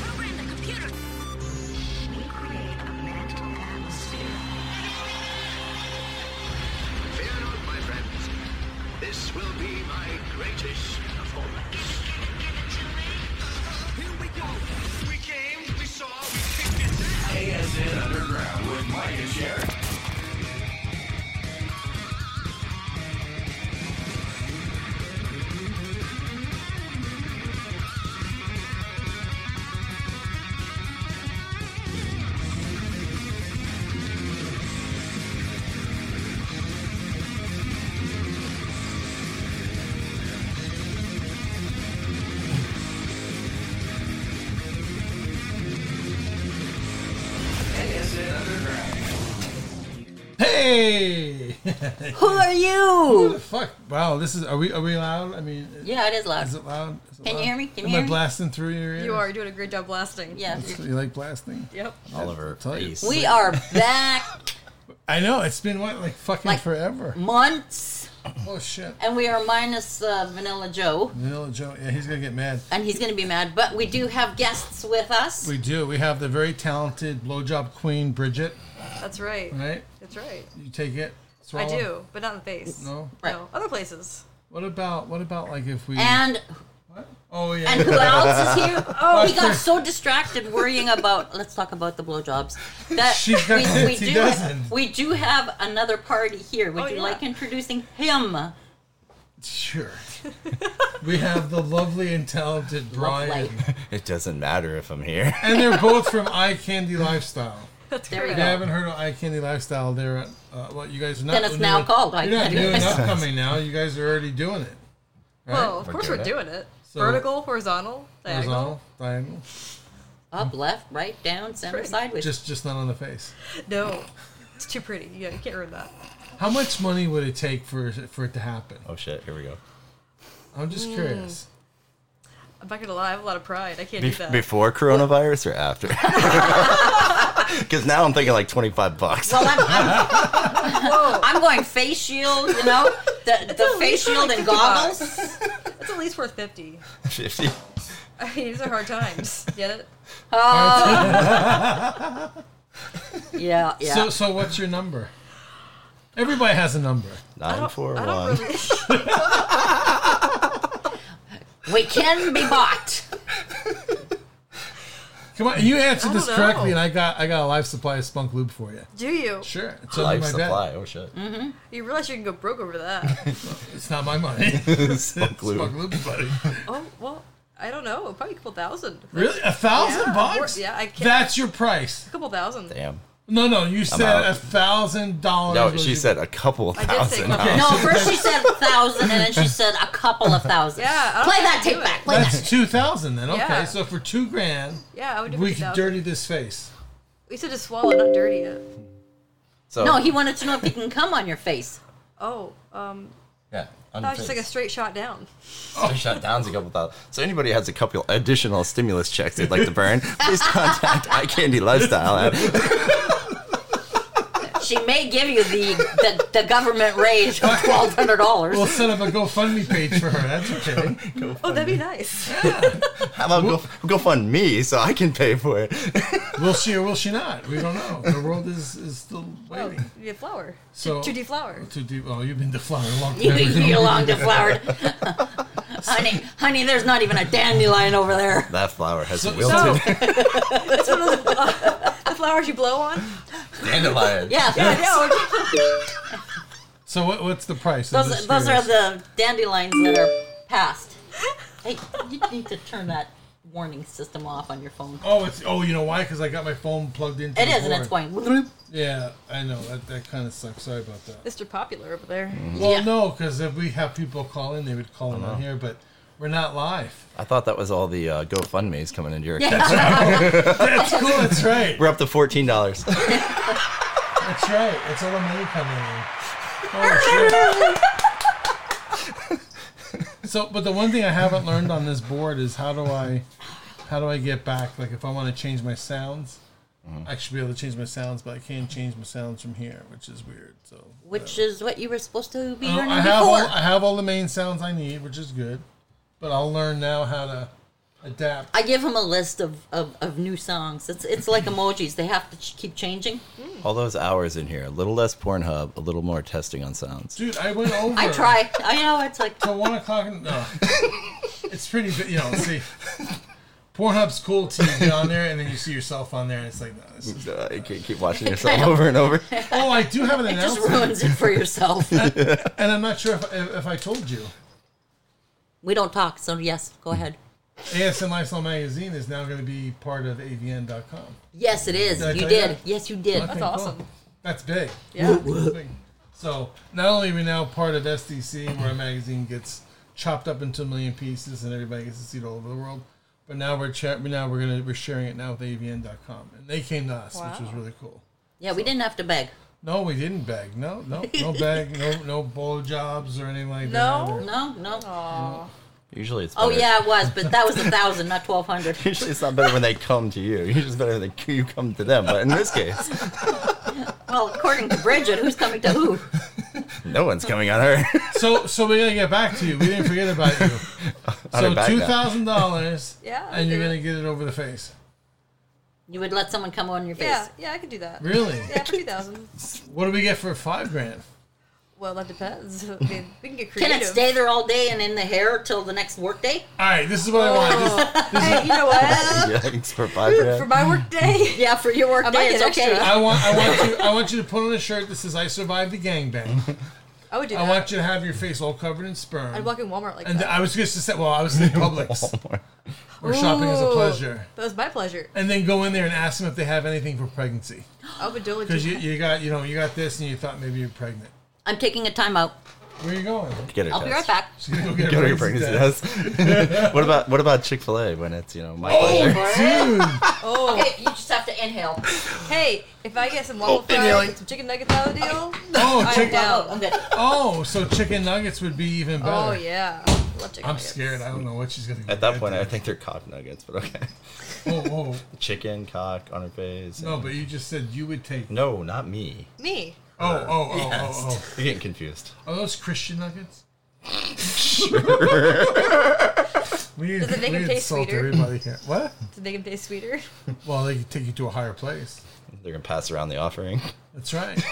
Program the computer. We create a mental atmosphere. Fear not, my friends. This will be my greatest performance. Here we go. We came, we saw, we kicked it. ASN Underground with Mike and Sharon. ASN Underground. Hey! Who are Who the you? fuck? Wow, this is. Are we are we loud? I mean, Yeah, it is loud. is it loud? Is it Can you loud? hear me? Can you Am hear I me? blasting through your ears? You are. You're doing a great job blasting. yeah. That's- You like blasting? Yep. Oliver Tell you. Ace. We are back I know. It's been what like fucking Like- forever. months, Oh shit! and we are minus uh, Vanilla Joe, Vanilla Joe. Yeah, he's gonna get mad. and he's going to be mad. But we do have guests with us. We do. We have the very talented blowjob queen Bridget. That's right. Right? That's right. You take it. I Swallow? do, but not in the face. No. Right. No. Other places. What about what about like if we? and what? Oh yeah. and who else is here? Oh, we got so distracted worrying about. Let's talk about the blowjobs. That She's got we, we 50 do dozen. we do have another party here. Would Oh, you yeah. like introducing him? sure. we have the lovely and talented Brian, Lovely. It doesn't matter if I'm here. and they're both from Eye Candy Lifestyle. That's There we If you go. haven't heard of Eye Candy Lifestyle, they're at, uh, what you guys are not. Then it's now new- called Eye You're not Candy new and Lifestyle. upcoming now. You guys are already doing it. Right? Well, of course doing we're it. doing it. So- Vertical, horizontal, diagonal. horizontal, diagonal, Up, left, right, down, center, Pretty. sideways. just just not on the face. No. It's too pretty. Yeah, you can't ruin that. How much money would it take for for it to happen? Oh shit, here we go. I'm just Hmm. curious. I'm not gonna lie. I have a lot of pride. I can't do that. before coronavirus or after? Because now I'm thinking like 25 bucks. Well, I'm, I'm, I'm going face shield, you know, the, the face least for shield like and 50 goggles. It's at least worth fifty. 50. I mean, these are hard times. Get it? Uh, Yeah, yeah. So so what's your number? Everybody has a number. I don't, I 941. don't really. we can be bought. Come on, you answered I this don't correctly, know. and I got I got a life supply of spunk lube for you. Do you? Sure, it's under Life my bed. supply. Oh shit. You realize you can go broke over that? It's not my money. Mm-hmm. spunk lube. lube's money. oh well, I don't know. Probably a couple thousand. Really, a thousand Yeah, bucks? yeah, I can't- That's your price. A couple thousand. Damn. No, no, you said out. a thousand dollars. No, was she your- said a couple I did say thousand. couple. No, first she said a thousand, and then she said a couple of thousand. Yeah, I don't Play think that I'd do tape it. back. Play That's that. two thousand then. Okay, Yeah. so for two grand, Yeah, I would do we fifty could thousand. dirty this face. We said to swallow, not dirty it. So, No, he wanted to know if he can come on your face. Oh, um, yeah. on that your was just like a face. straight shot down. So shut down's a couple thousand. So anybody has a couple additional stimulus checks they'd like to burn, please contact Eye Candy Lifestyle at She may give you the the, the government raise of twelve hundred dollars. We'll set up a GoFundMe page for her. That's okay. Oh, that'd be nice. how about go, go fund me so I can pay for it. Will she or will she not? We don't know. The world is, is still Oh, waiting. you need a flower. So- So, 2D flower. Too deep. Oh, you've been deflowered a long You time. can eat along the flower. honey, honey, there's not even a dandelion over there. That flower has So- wilted. No. it's one of the, the flowers you blow on. Dandelion. Yeah, Yeah, no, So what, what's the price? I'm Those, just those are curious. the dandelions that are past. Hey, you need to turn that warning system off on your phone. Oh, it's oh, you know why? Because I got my phone plugged into. It the is, and it's board. going. bloop. Yeah, I know that, that kind of sucks. Sorry about that. Mr. Popular over there. Well, Yeah. no, because if we have people call in, they would call in on here, but we're not live. I thought that was all the uh, GoFundMe's coming into your account. That's cool. That's right. We're up to fourteen dollars. That's right. It's all the money coming in. Oh, shit. so, but the one thing I haven't learned on this board is how do I, how do I get back? Like, if I want to change my sounds, I should be able to change my sounds, but I can't change my sounds from here, which is weird. So, Which is what you were supposed to be I don't- learning Oh, I have all, before. I have all the main sounds I need, which is good. But I'll learn now how to adapt. I give him a list of, of, of new songs. It's it's like emojis. They have to ch- keep changing. All those hours in here, a little less Pornhub, a little more testing on sounds. Dude, I went over. I try. I know it's like till one o'clock. In, no, it's pretty. bi- You know, see, Pornhub's cool till you get on there, and then you see yourself on there, and it's like, no, this is- Uh, you can't keep watching yourself over and over. oh, I do have an it just announcement, ruins it for yourself. and I'm not sure if, if, if I told you. we don't talk, so yes, go ahead. ASN Lifestyle Magazine is now going to be part of AVN.com. Yes, it is. Did I You tell you did. that? Yes, you did. Okay, cool. awesome. That's big. Yeah. That's big. So not only are we now part of SDC, where our magazine gets chopped up into a million pieces, and everybody gets to see it all over the world, but now we're cha- now we're gonna we're sharing it now with AVN.com, and they came to us, which was Wow. really cool. Yeah, we didn't have to beg. No, we didn't beg. No, no, no beg. No, no blow jobs or anything like No? that. or- No, no. Oh. Usually it's Oh better- yeah, it was, but that was a thousand, not twelve hundred. Usually it's not better when they come to you. Usually it's better when they, you come to them. But in this case, Well, according to Bridget, who's coming to who? no one's coming on her. So, so we're gonna get back to you. We didn't forget about you. On her so back two now. thousand dollars. Yeah, I'll And you're do it. gonna get it over the face. You would let someone come on your face. Yeah, yeah, I could do that. Really? Yeah, for two thousand. What do we get for five grand? Well, that depends. I mean, we can get Can creative. it stay there all day and in the hair till the next workday? All right, this is what I want. This- Hey, you know what? Yikes for five grand. For my work day, Yeah, for your I workday, might it's get okay. extra. I want I want you I want you to put on a shirt that says I survived the gangbang. I would do that. I want you to have your face all covered in sperm. I'd walk in Walmart like and that. I was just to say well, I was in Publix where shopping is a Ooh, pleasure. That was my pleasure. And then go in there and ask them if they have anything for pregnancy. I would do Because you, it. you got you know, you got this and you thought maybe you're pregnant. I'm taking a timeout. Where are you going? Get her I'll be right test. back. She's gonna go get, Go a to your pregnancy pregnancy test. test. what about what about Chick Fil A when it's you know my pleasure? Oh, Okay, you just have to inhale. hey, if I get some waffle fries inhaling. and some chicken nuggets out of the deal, Oh, I'm chick- down. I'm good. oh, so chicken nuggets would be even better. Oh yeah, love chicken I'm nuggets. scared. I don't know what she's gonna At that point, I think they're cock nuggets, but okay. Whoa, whoa. Chicken, cock, on her face. oh, No, and- but you just said you would take no, not me. Uh, Me. Oh, oh, oh, oh, oh. You're getting confused. Are those Christian nuggets? we we Does it make them taste insult sweeter? everybody here. What? to make them taste sweeter. Well, they take you to a higher place. They're gonna pass around the offering. That's right.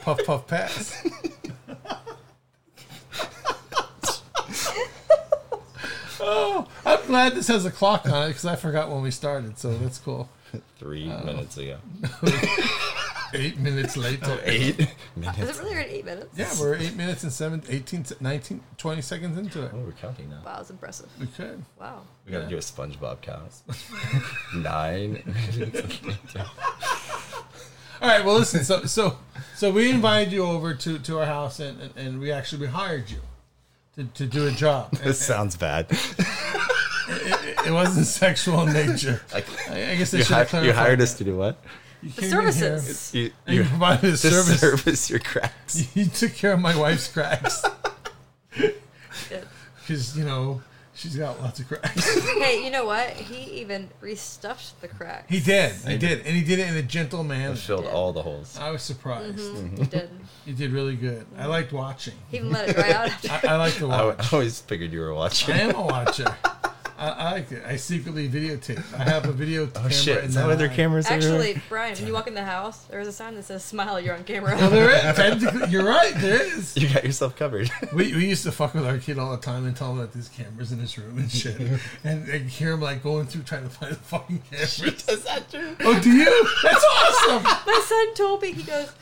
puff, puff, pass. oh, I'm glad this has a clock on it because I forgot when we started, so that's cool. Three Oh. minutes ago. Eight minutes later. Oh, Eight Is minutes. it really already eight minutes? Yeah, we're eight minutes and seven, 18, 19, 20 seconds into it. Oh, we're counting now. Wow, that's impressive. We could. Wow. We gotta do a SpongeBob count. Nine. All right. Well, listen. So, so, so we invited you over to to our house, and and, and we actually we hired you to, to do a job. this sounds bad. It wasn't sexual in nature. Like, I, I guess they you, should hi- have you clarified hired that. us to do what? You The came in here, services. You, You you provided a to service. service your cracks. You took care of my wife's cracks because you know she's got lots of cracks. Hey, you know what? He even restuffed the crack. He did. He did, and he did it in a gentle manner. Filled all the holes. I was surprised. Mm. He did. You did really good. I liked watching. Mm-hmm. He even let it dry out after. I, I like to I, watch. w- I always figured you were watching. I am a watcher. I, I like it. I secretly videotape. I have a video camera. Oh shit! in Is that that why there are eye. cameras everywhere? Actually, Brian, when you walk in the house, there was a sign that says "Smile, you're on camera." Well, there is. Oh, Technically, you're right. There is. You got yourself covered. We, we used to fuck with our kid all the time and tell him that there's cameras in his room and shit, and, and hear him like going through trying to find the fucking cameras. Is that true? Oh, do you? That's awesome. My son told me he goes,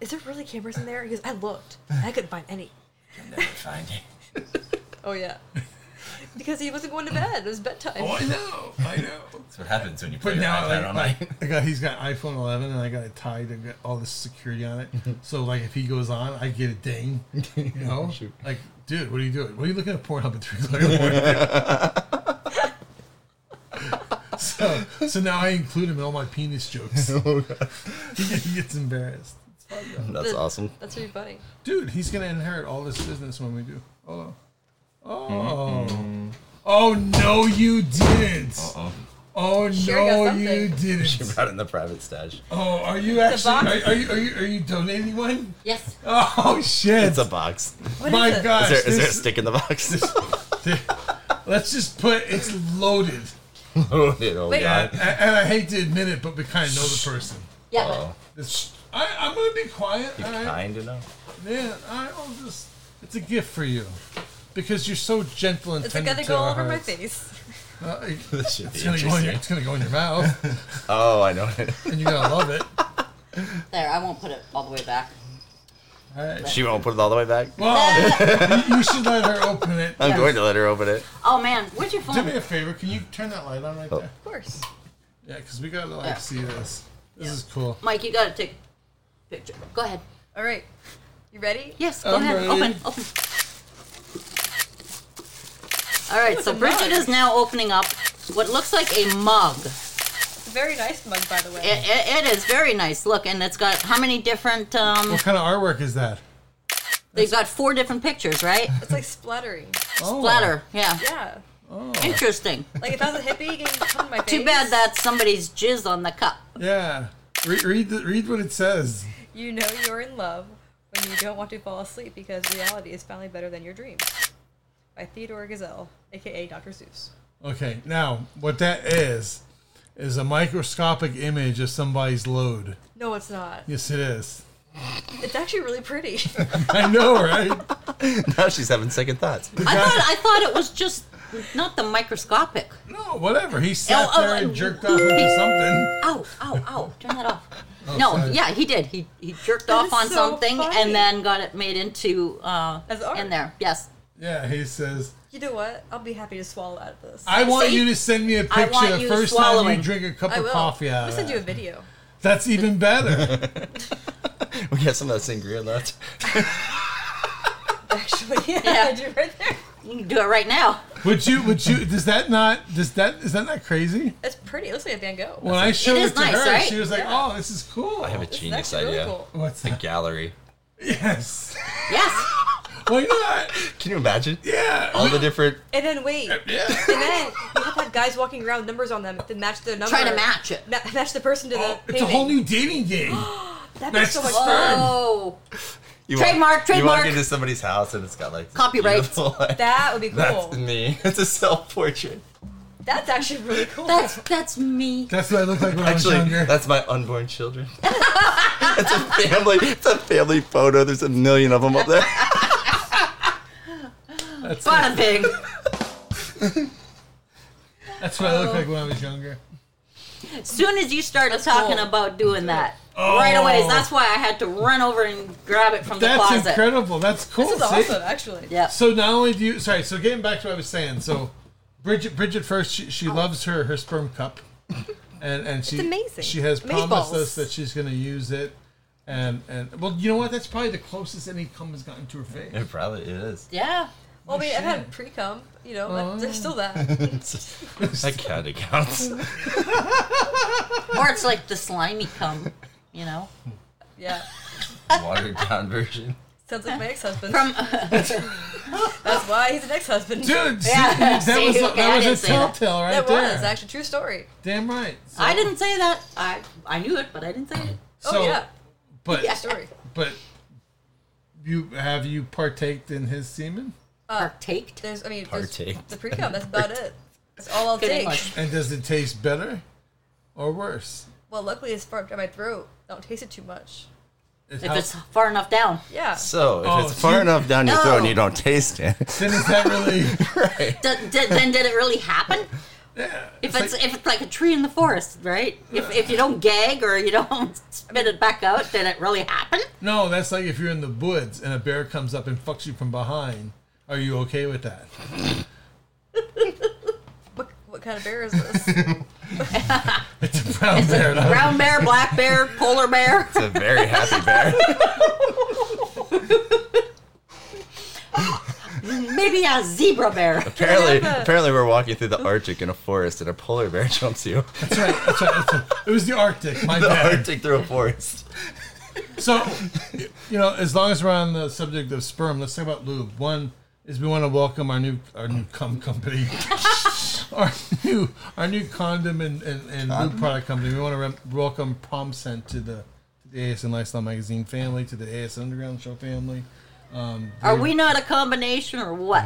"Is there really cameras in there?" He goes, "I looked, I couldn't find any." Find it. Oh yeah, because he wasn't going to bed. It was bedtime. Oh, I know. I know. That's what happens when you But your now, iPad like, on like, I got he's got iPhone 11, and I got it tied and got all this security on it. so like, if he goes on, I get a ding. You know, like, dude, what are you doing? What are you looking at Pornhub at three o'clock in the morning? Oh, so, so now I include him in all my penis jokes. he gets embarrassed. It's That's The- awesome. That's really funny. Dude, he's gonna inherit all this business when we do. Hold on. Oh. Mm-hmm. Oh no, you didn't. Uh-oh. Oh Sure no, got you something. She didn't. brought in the private stash. Oh, are you actually? box. Are, are you are you are you donating one? Yes. Oh shit! It's a box. What is My it? gosh, Is there, is there a this- stick in the box? Let's just put it's loaded. oh, yeah, oh, Wait. uh, And, God. and I hate to admit it, but we kind of know the person. Yeah, Oh, It's, I, I'm gonna be quiet. you all uh, right? kind enough? Yeah, I- I'll just. It's a gift for you. Because you're so gentle and It's tender gonna to go all our over my hearts. face. Uh, it- This should be it's, gonna go in your, interesting. it's gonna go in your mouth, Oh, I know it. and you're gonna love it. but there, I won't put it all the way back. All right. She won't put it all the way back. Well, you, you should let her open it. I'm Yes. going to let her open it. Oh man, where's your Do phone? me a favor. Can you turn that light on right Oh. there? Of course. Yeah, because we gotta like Yeah. see this. This is cool. Mike, you gotta take a picture. Go ahead. All right. You ready? Yes, go I'm ahead. ready. Open, open. All right, so a Bridget mug. is now opening up what looks like a mug. It's a very nice mug, by the way. It, it, it is very nice. Look, and it's got how many different? Um, What kind of artwork is that? they've got four different pictures, right? It's like spluttering. Oh. Splatter. Yeah. Yeah. Interesting. Like if I was a hippie, getting come in my face. Too bad that's somebody's jizz on the cup. Yeah. Re- read the, read what it says. You know you're in love when you don't want to fall asleep because reality is finally better than your dreams. By Theodore Gazelle, aka Dr. Seuss. Okay, now what that is is a microscopic image of somebody's load. No, it's not. Yes, it is. It's actually really pretty. I know, right? Now she's having second thoughts. I thought I thought it was just not the microscopic. No, whatever. He sat oh, there oh, and jerked off into something. Ow! Ow! Ow! Turn that off. no, sorry. yeah, he did. He he jerked off Oh, That is on so something funny. and then got it made into uh, As art. in there. Yes, Yeah, he says, You know what? I'll be happy to swallow out of this. "I want See? you to send me a I want picture the you first time swallowing. you drink a cup I of will. coffee uh, out I'm gonna of send you a that." video. That's even better. We got some of that sangria left. Actually, yeah, Yeah. I do right there. you can do it right now. would you? Would you? Does that not? Does that? Is that not crazy? It's pretty. It looks like a Van Gogh. When I showed is it to nice, her, right? she was like, Yeah. "Oh, this is cool." I have a This is genius actually idea. really cool. What's The that? gallery. Yes. Yes, Why not? Can you imagine? Yeah. All the different. And then wait. yeah. And then you have to have guys walking around with numbers on them to match their number. try to match it. Ma- match the person to the. Oh, it's a whole painting. new dating game. That'd be Match so the much sperm. fun. Oh, You Trademark, Walk, you walk trademark. into somebody's house and it's got like this Copyright. beautiful, like, That would be That's cool. me. It's a self-portrait. That's actually really cool. that's that's me. That's what I looked like when Actually, I was younger. that's my unborn children. it's a family. It's a family photo. There's a million of them up there. Bottom pig. That's what I looked like when I was younger. Soon as you started talking cool. about doing that, right away. Oh. That's why I had to run over and grab it from the That's closet. incredible. That's cool. this is see? awesome, actually. Yep. So not only do you sorry, so getting back to what I was saying, so Bridget Bridget first she, she Oh. loves her her sperm cup. And and she It's amazing. she has Amazeballs. promised us that she's gonna use it and and well you know what that's probably the closest any cum has gotten to her face. It probably is. Yeah. Well, I mean, I've shit. had pre cum, you know, but Oh. there's still that. That kind of counts. Or it's like the slimy cum, you know. Yeah. Watered down version. Sounds like my ex husband. From That's why he's an ex husband. Dude, see, Yeah, that see, was okay, I that didn't was a see that. telltale right That there. was actually true story. Damn right. So, I didn't say that. I I knew it, but I didn't say it. Oh, so- yeah. but Yeah, story. but you have you partaked in his semen? Uh, Partaked. There's, I mean, there's Partake. the pre cum. That's about it. That's all I'll Good take. English. And does it taste better or worse? Well, luckily, it's far down my throat. I don't taste it too much. It If helps- it's far enough down. Yeah. So if Oh, it's so far you- enough down your throat and No. you don't taste it, then is that really D- d- then did it really happen? If it's, like- if it's like a tree in the forest, right? If, if you don't gag or you don't spit it back out, did it really happen? No, that's like if you're in the woods and a bear comes up and fucks you from behind. Are you okay with that? What, what kind of bear is this? Brown bear. no. Brown bear, black bear, polar bear. it's a very happy bear. Maybe a zebra bear. apparently, have a- apparently, we're walking through the Arctic in a forest and a polar bear jumps you. That's right. That's right. That's right. It was the Arctic. My The bad. Arctic through a forest. So, you know, as long as we're on the subject of sperm, let's talk about lube. One is we want to welcome our new our new cum company, our new our new condom and, and, and lube product company. We want to re- welcome Palm Scent to the to the ASN Lifestyle Magazine family, to the ASN Underground Show family. Um, Are we not a combination or what?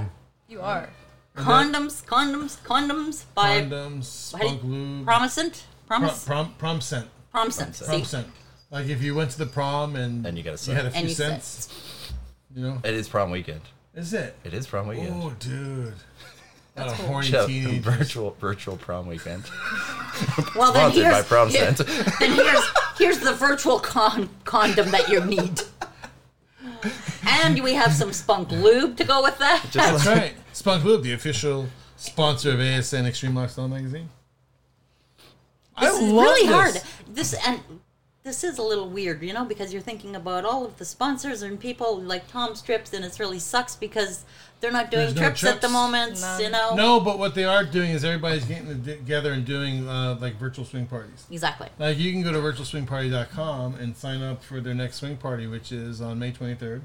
You are. Condoms, condoms, condoms by condoms, how do you- spunk lube, prom, promisant, promise, prom, prom scent, promisant. prom See, scent. Like if you went to the prom and And you got a you had a scent. few and you said, cents, you know, It is prom weekend. is it? It is prom weekend. Oh, dude. That's a lot of horny Jeff, teenagers. virtual virtual prom weekend. "Well, then Sponsored by here's prom here- scent. then here's here's the virtual con- condom that you need." And we have some spunk lube to go with that. That's right. Spunk Lube, the official sponsor of ASN Extreme Lifestyle Magazine. I This is really hard. This and this is a little weird, you know, because you're thinking about all of the sponsors and people like Tom Strips, and it really sucks because they're not doing There's no trips, at the trips. moment. You None. know, No, but what they are doing is everybody's getting together and doing uh, like virtual swing parties. exactly. Like you can go to virtualswingparty.com and sign up for their next swing party, which is on May 23rd.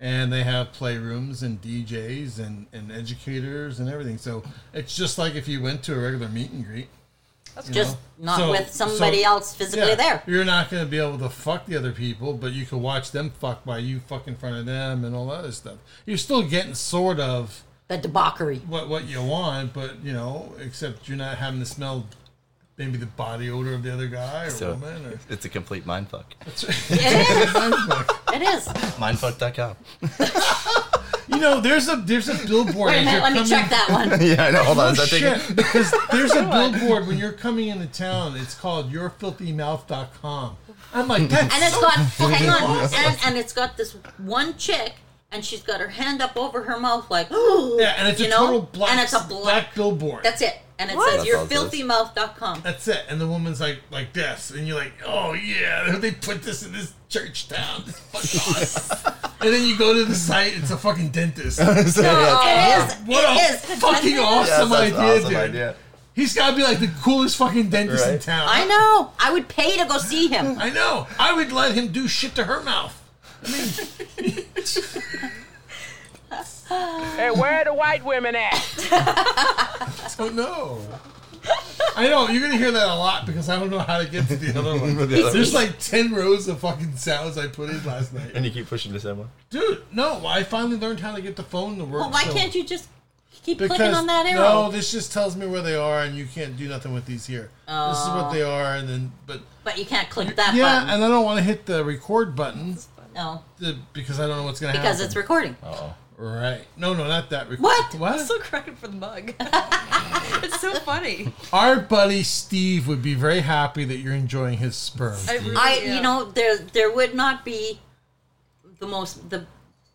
And they have playrooms and DJs and, and educators and everything. So it's just like if you went to a regular meet and greet. you Just know? not So- with somebody so- else physically Yeah, there. You're not going to be able to fuck the other people, but you can watch them fuck by you fuck in front of them and all that other stuff. You're still getting sort of The debauchery. what what you want, but you know, except you're not having to smell maybe the body odor of the other guy or So woman. Or, it's a complete mind fuck. It is. it is. Mindfuck.com. you know, there's a there's a billboard. Wait a as minute, you're let me coming- Oh, check that one. yeah, I know. Hold on. Oh, Is that taking- Shit, because there's a billboard when you're coming into town. It's called YourFilthyMouth.com. I'm like, that's And it's got hang on, and, and it's got this one chick, and she's got her hand up over her mouth like, yeah, and it's you a know? total black, and it's a black. black billboard. That's it. And it says That's your all it says. filthymouth.com. That's it. And the woman's like, like this, and you're like, oh yeah, they put this in this church town. This is fucking awesome. and then you go to the site. It's a fucking dentist. What So, No, it yeah. is. Oh, a It is. fucking Yes, awesome that's an idea, dude. He's got to be like the coolest fucking dentist in Right. town. I know. I would pay to go see him. I know. I would let him do shit to her mouth. Hey, where are the white women at? Oh no. I know you're gonna hear that a lot because I don't know how to get to the other one. The other There's like ten rows of fucking sounds I put in last night. And you keep pushing the same one. Dude, no, I finally learned how to get the phone to work. Well, why so- can't you just keep clicking on that arrow? No, this just tells me where they are, and you can't do nothing with these here. This is what they are, and then but but you can't click Oh. that yeah, button. and I don't want to hit the record button no, to, because I don't know what's gonna because happen. it's recording. right. No, no, not that record. What? What? I'm still cracking for the mug. it's so funny. Our buddy Steve would be very happy that you're enjoying his sperm. I, really I, am. you know, there there would not be the most the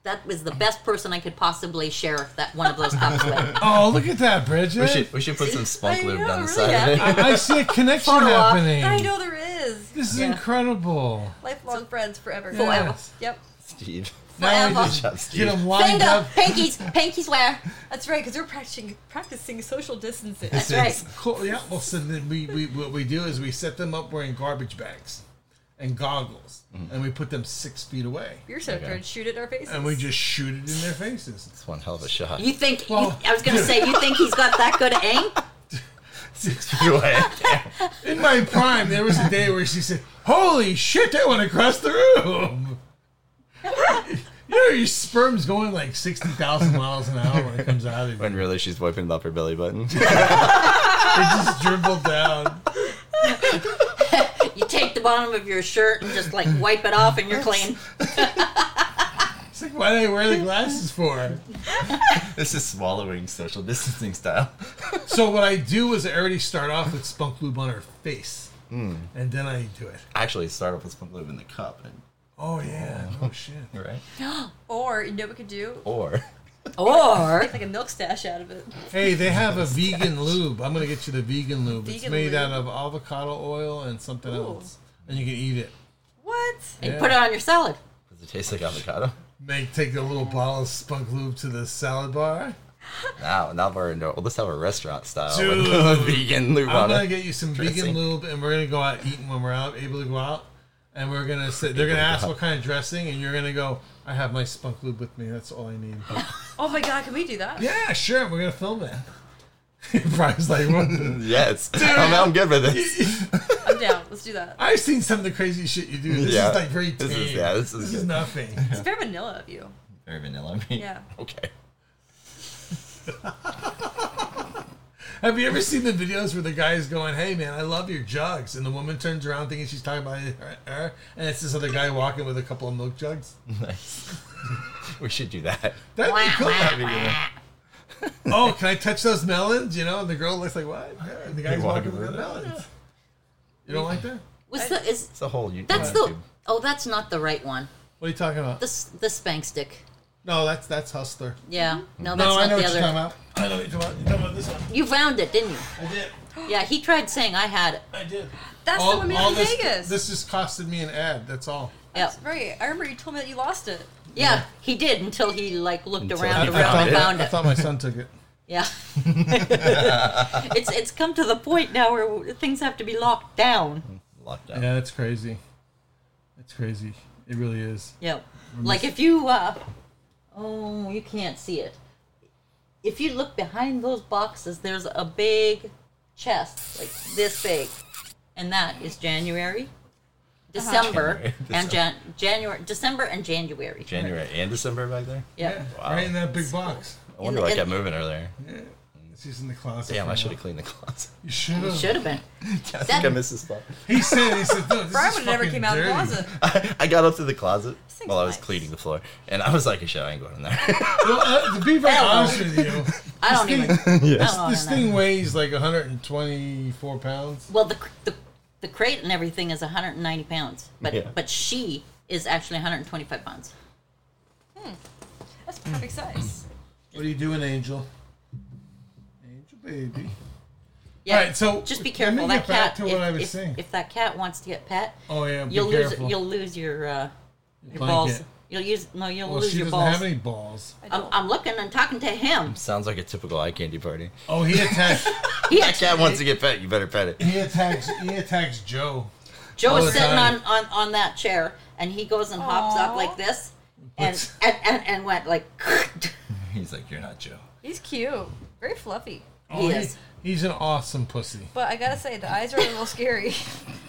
that was the best person I could possibly share that one of those cups with. Oh, look at that, Bridget. We should we should put some spunk I lube know, down the really, side of it. I see a connection Photo op. happening. I know there is. This is Yeah. incredible. Lifelong friends forever. Yes. Yep. Steve. Now we Forever. just Good job, Steve. get them lined Bingo, up. pinkies, pinkies wear. That's right, because we're practicing practicing social distances. That's right. Cool. Yeah. Well, so then we, we what we do is we set them up wearing garbage bags and goggles, Mm-hmm. and we put them six feet away, You're so okay. shoot at our faces. and we just shoot it in their faces. It's one hell of a shot. You think? you- Well, I was gonna say, you think he's got that good aim? Anyway, In my prime, there was a day where she said, "Holy shit, that went across the room." You know, your sperm's going like 60,000 miles an hour when it comes out of you. It when really she's wiping it off her belly button. just dribbled down. You take the bottom of your shirt and just like wipe it off, and you're clean. It's like, why did I wear the glasses for? this is swallowing social distancing style. So what I do is I already start off with spunk lube on her face, and then I do it. Actually, start off with spunk lube in the cup, and Oh yeah, oh shit. right? or you know what we could do? Or Or Like a milk stash out of it. Hey, they have a vegan lube. I'm gonna get you the vegan lube. it's Vegan made lube. out of avocado oil and something else, and you can eat it. What? and Yeah. put it on your salad. does it taste like avocado? Make take a little bottle of spunk lube to the salad bar. Now, now we're into. Well, let's have a restaurant style Dude. with vegan lube I'm on gonna it. get you some vegan Dressing. lube, and we're gonna go out eating when we're out able to go out. and we're gonna say they're gonna ask what kind of dressing, and you're gonna go, "I have my spunk lube with me. That's all I need." Oh my god, can we do that? yeah, sure. We're gonna film it. Brian's like, what? the- Yes. I'm, I'm good with this. I'm down. Let's do that. I've seen some of the crazy shit you do. This Yeah. is like very tame. This is- yeah, this is is good. nothing. It's very vanilla of you. Very vanilla. I mean. Yeah. Okay. Have you ever seen the videos where the guy's going, "Hey man, I love your jugs," and the woman turns around thinking she's talking about her, her, and it's this other guy walking with a couple of milk jugs? Nice. we should do that. That'd be cool. That'd be good. oh, can I touch those melons? You know, and the girl looks like what? Yeah, and the guy's walking with the melons. You don't like that? Was the is It's a whole. You- that's the YouTube. oh that's not the right one. What are you talking about? The s- the spank stick. No, that's that's Hustler. Yeah, no, that's Mm-hmm. No, I not know what the you're talking other. about. I know what you're talking about. You're talking about this one. You found it, didn't you? I did. Yeah, he tried saying I had it. I did. That's the one we made in this, Vegas. this just costed me an ad. That's all. Yeah, That's right. I remember you told me that you lost it. yeah, he did until he like looked Until around he around found and it. found I it. thought my son took it. Yeah, it's it's come to the point now where things have to be locked down. Lockdown. Yeah, that's crazy. That's crazy. It really is. Yeah, like if you uh, oh you can't see it. If you look behind those boxes, there's a big chest like this big, and that is January, December, January, and Jan- January, December and January. January and December back there. Yeah. Wow. Right in that big box. I wonder In- why I in- kept moving earlier. She's in the closet. Damn, for I now. should have cleaned the closet. You should have. Should have been. I think That- I missed this spot. He said, he said, no, this Brian is would never fucking came out of the dirty. closet. I, I got up to the closet thing's while I was nice. cleaning the floor, and I was like, "Shit, I ain't going in there." Well, uh, to be very Hell no. honest with you, I don't even. I don't wanna this know. thing weighs like 124 pounds. Well, the, cr- the the crate and everything is 190 pounds, but Yeah. but she is actually 125 pounds. That's perfect size. What are you doing, Angel? Angel baby. Yeah. Alright, so just be let me careful. That get back cat. to if, what I was if- saying. if that cat wants to get pet, Oh yeah, be you'll lose careful. you'll lose your uh, your Blanket. balls. You'll use no. You'll well, lose Oh, she your doesn't balls. have any balls. I I'm, don't. I'm looking and talking to him. Sounds like a typical eye candy party. Oh, he attacks. He, That cat wants to get pet. You better pet it. he attacks. He attacks Joe. Joe all is the sitting on, time. on, on that chair, and he goes and hops Aw. up like this, and Puts- and, and, and went like. He's like, "You're not Joe." He's cute. Very fluffy. Oh, He is. He's an awesome pussy. But I gotta say, the eyes are a little scary.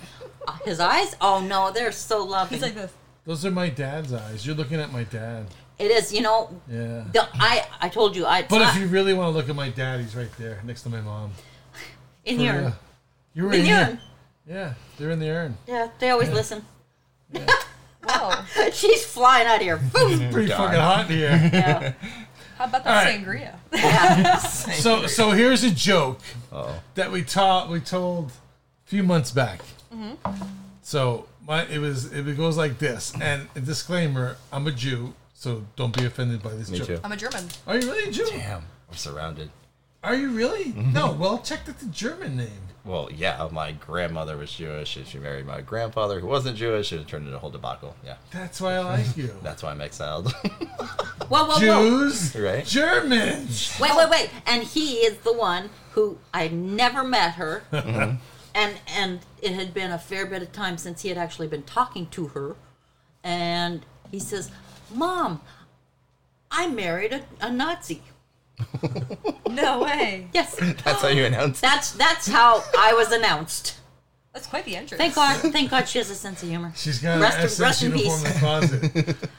His eyes? Oh no, they're so loving. He's like this. Those are my dad's eyes. You're looking at my dad. It is, you know. Yeah. The, I I told you I. ah, But if you really want to look at my dad, he's right there next to my mom. in For here, real. You were in in here, here. Yeah, they're in the urn. yeah, they always listen. Wow. She's flying out of here. Boom. Pretty God. fucking hot in here. Yeah. How about that All right. sangria? so so here's a joke Oh, that we taught we told a few months back. Mm-hmm. So my it was it goes like this. And a disclaimer: I'm a Jew, so don't be offended by this me joke. too. I'm a German. Are you really a Jew? Damn, Mm-hmm. I'm surrounded. Are you really? No. Well, check that the German name. Well, yeah, my grandmother was Jewish, and she married my grandfather, who wasn't Jewish, and it turned into a whole debacle. Yeah, That's why I like you. that's why I'm exiled. Whoa, whoa, whoa. Jews, Right. Germans. Wait, wait, wait. And he is the one who I never met her, and and it had been a fair bit of time since he had actually been talking to her, and he says, "Mom, I married a, a Nazi." No way. Yes. that's how you announce. That's that's how I was announced. That's quite the entrance. Thank God, thank God she has a sense of humor. She's got Rest an in- SS rest in uniform in the closet.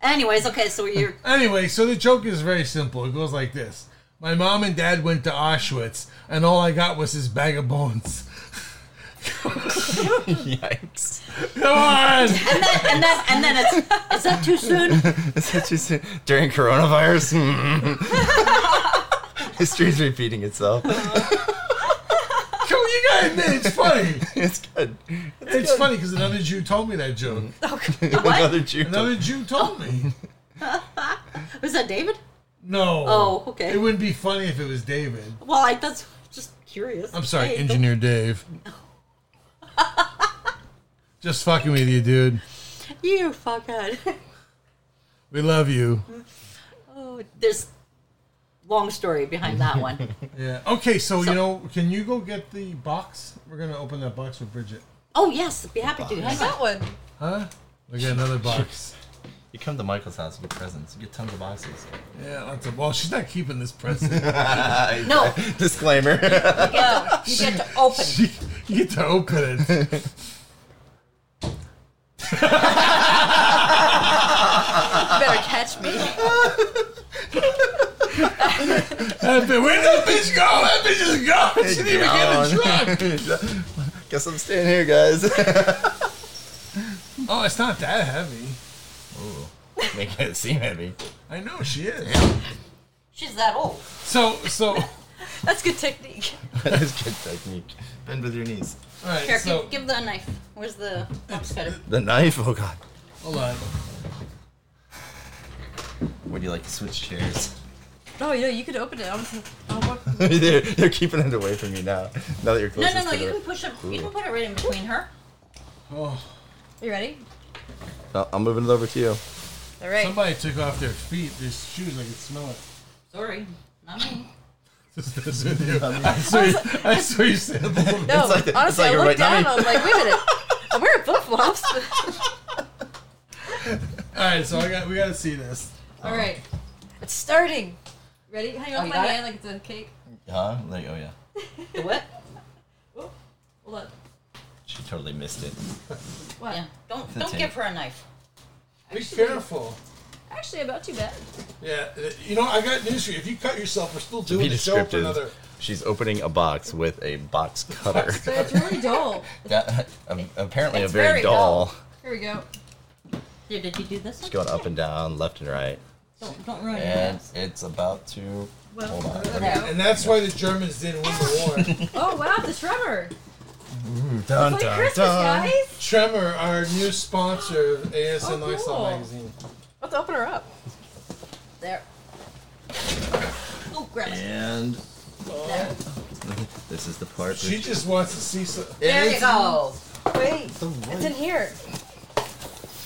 Anyways, okay, so you're Anyway, so the joke is very simple. It goes like this: My mom and dad went to Auschwitz, and all I got was his bag of bones. Yikes! Come on! and then and then and then it's is that too soon? Is that just during coronavirus? Hmm. History's repeating itself. Come on, you gotta admit it's funny. It's good. It's funny because another Jew told me that joke. Mm-hmm. Another Jew. Another Jew told me. Was that David? No. Oh, okay. It wouldn't be funny if it was David. Well, I that's just curious. I'm sorry, Hey, don't- Engineer Dave. Just fucking with you, dude. You fuckhead. We love you. Mm-hmm. Oh, there's long story behind that one. Yeah. Okay, so, you know, can you go get the box? We're gonna open that box with Bridget. Oh yes, I'd be happy to. I Hang on. got one. Huh? We got another box. You come to Michael's house, you get presents, you get tons of boxes. Yeah, that's a well. She's not keeping this present. No, Disclaimer. Oh, well, you get to open. you get to open it. You better catch me. That bit- Where'd that bitch go? That bitch is gone. She didn't even get in the truck. Guess I'm staying here, guys. Oh, it's not that heavy. Making it seem heavy. I know she is. She's that old. So, so, all That's good technique. That is good technique. Bend with your knees. right. Here, so, give, give the knife. Where's the box cutter? The knife? Oh god. hold on. Would you like to switch chairs? No, you know, you could open it. I'm I want- they're, they're keeping it away from you now. Now that you're No, close no, no. to You the- can push it. You can put it right in between her. Oh, You ready? No, I'm moving it over to you. All right. somebody took off their feet, their shoes. I can smell it. Sorry, not me. That's with you. I saw you. I saw you stand up. No, It's like the- it's honestly, I like you're looked right- I down. mean- I'm like, wait a minute. I'm wearing flip flops. All right, so I got. We got to see this. All right, it's starting. Ready? Hang Oh, on you my got it? hand like it's a cake. Huh? Like, oh yeah. The what? Hold on. She totally missed it. What? Yeah. Don't The don't tape. give her a knife. Be careful. Actually, about too bad. Yeah, uh, you know I got news for you. If you cut yourself, we're still doing the show for another. She's opening a box with a box cutter. But it's really dull. That- um, apparently It's a very, very dull. dull. Here we go. Here, did you do this? It's One? going up and down, left and right. Don't don't ruin And it. it's about to. Well, Hold there on. we Okay. go. And that's why the Germans didn't win the war. Oh wow, the tremor. Dun, It's like Christmas, guys. Tremor, our new sponsor, of ASN Oh, Lifestyle cool. magazine. Let's open her up. There. Oh, grab it. And There, this is the part. that- She just wants to see. So, There you It's go. Wait, it's in The here.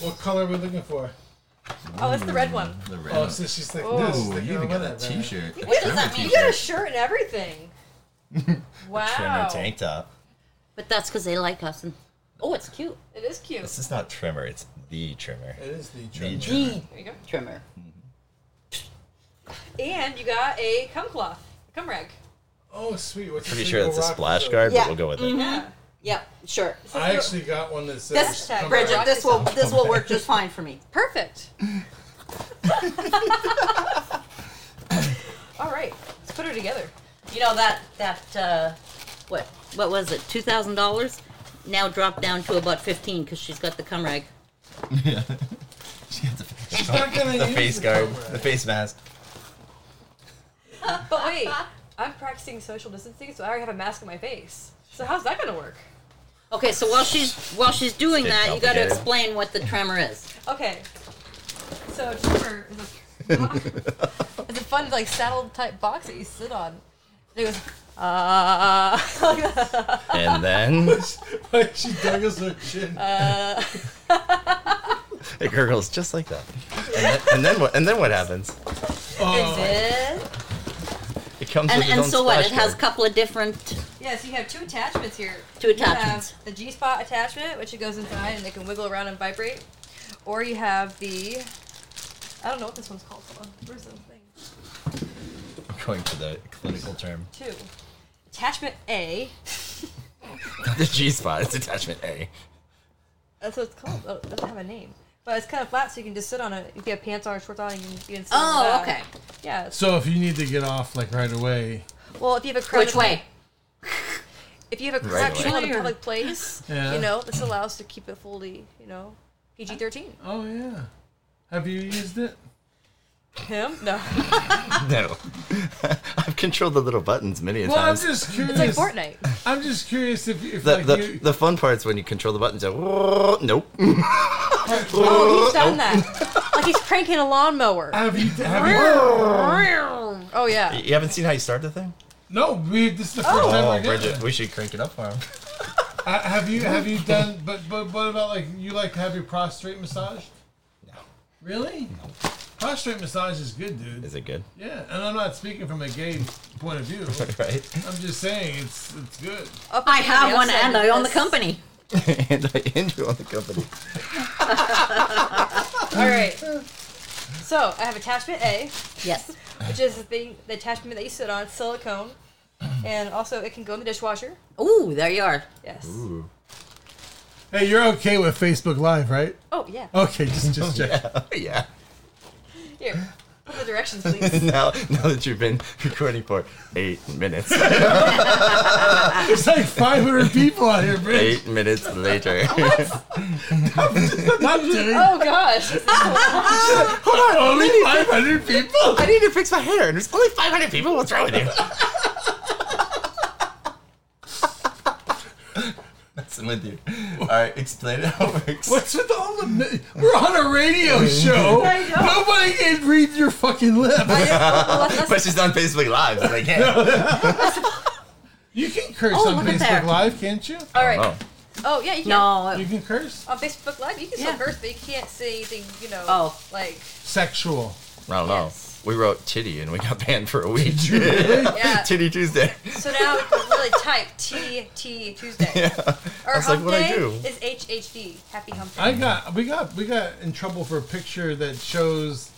what color are we looking for? Oh, it's the red one. red. Oh, so she's like, Oh, this. Ooh, like, you even oh, got that whatever. T-shirt. What does that mean? You got a shirt and everything. Wow. Trimmer tank top. But that's because they like us. And oh, it's cute. It is cute. This is not trimmer. It's the trimmer. It is the German. tr- The There you go. trimmer. And you got a cum cloth, a cum rag. Oh, sweet. What's Pretty this sure legal that's a rock splash show? guard, Yeah. Mm. but we'll go with it. Yeah. Yep, sure. I actually got one that says. This, Hashtag Bridget, rock this will this will work just fine for me. Perfect. All right, let's put her together. You know that that uh, what what was it? Two thousand dollars now dropped down to about fifteen because she's got the cum rag. She has the- She's not gonna the use face the guard, camera. the face mask. But wait, I'm practicing social distancing, so I already have a mask on my face. So how's that gonna work? Okay, so while she's while she's doing Stay that, you got to complicated. explain what the tremor is. Okay. So Trevor is a, it's a fun like saddle type box that you sit on. It goes uh, like that. And then Like she dug us her chin. it gurgles just like that. And then, and then what? And then what happens? oh, Exit. It comes And with its and own so what? splash It has a guard. couple of different. Yeah, so you have two attachments here. Two attachments. You have the G spot attachment, which it goes inside and it can wiggle around and vibrate. Or you have the I don't know what this one's called. Hold on. Where's the thing? I'm going to the clinical term. Two. Attachment A. The G spot. It's attachment A. That's what it's called. Oh, it doesn't have a name. But it's kind of flat, so you can just sit on it. You can have pants on or shorts on, and you can, you can sit on Oh, it. okay. Yeah. it's- So if you need to get off like right away, Well, if you have a crowded Which way? if you have a Right crowded away. in a public place, Yeah. you know this allows to keep it fully, you know, PG thirteen. oh yeah, have you used it? Him? No. No, I've controlled the little buttons many a Well, I'm times. just curious. It's like Fortnite. I'm just curious if, if the, like the, you, the fun part's when you control the buttons. Go, nope. Oh, he's done that. Like he's cranking a lawnmower. have you have you? Oh yeah. You haven't seen how you start the thing? No, we. This is the first time Oh, we're doing Bridget, it. we should crank it up for him. Uh, have you have you done? But but what about like you like to have your prostrate massage? No. Really? Prostrate massage is good, dude. Is it good? Yeah, and I'm not speaking from a gay point of view. Right. I'm just saying it's it's good. Up I until the have one, outside and of I own the this- company. and I Andrew on the company. All right. So I have attachment A, Yes. which is the thing, the attachment that you sit on, silicone, and also it can go in the dishwasher. Ooh, there you are. Yes. Hey, you're okay with Facebook Live, right? Oh yeah. Okay, just just check. yeah. Here, put the directions, please. Now, now that you've been recording for eight minutes, There's like 500 people out here, bitch. eight minutes later. I'm doing. oh gosh. Hold on, only 500 people. I need to fix my hair, and there's only 500 people. What's wrong with you? That's in with you. All right, explain it how it works. What's with all the? mi- We're on a radio show. I know. Nobody can read your fucking lips. Well, that's- But she's on Facebook Live, so they can't. You can curse Oh, on look Facebook at that. Live, can't you? all right. Oh. Oh yeah, you can. You can curse. On Facebook Live, you can Yeah. still curse, but you can't say anything. You know. Oh. Like. Sexual. I don't know. Yes. We wrote titty and we got banned for a week. Yeah. titty Tuesday. So now you can really type T T Tuesday. Or That's like hump what I day do. is H H D. Happy hump day. I got. We got. We got in trouble for a picture that shows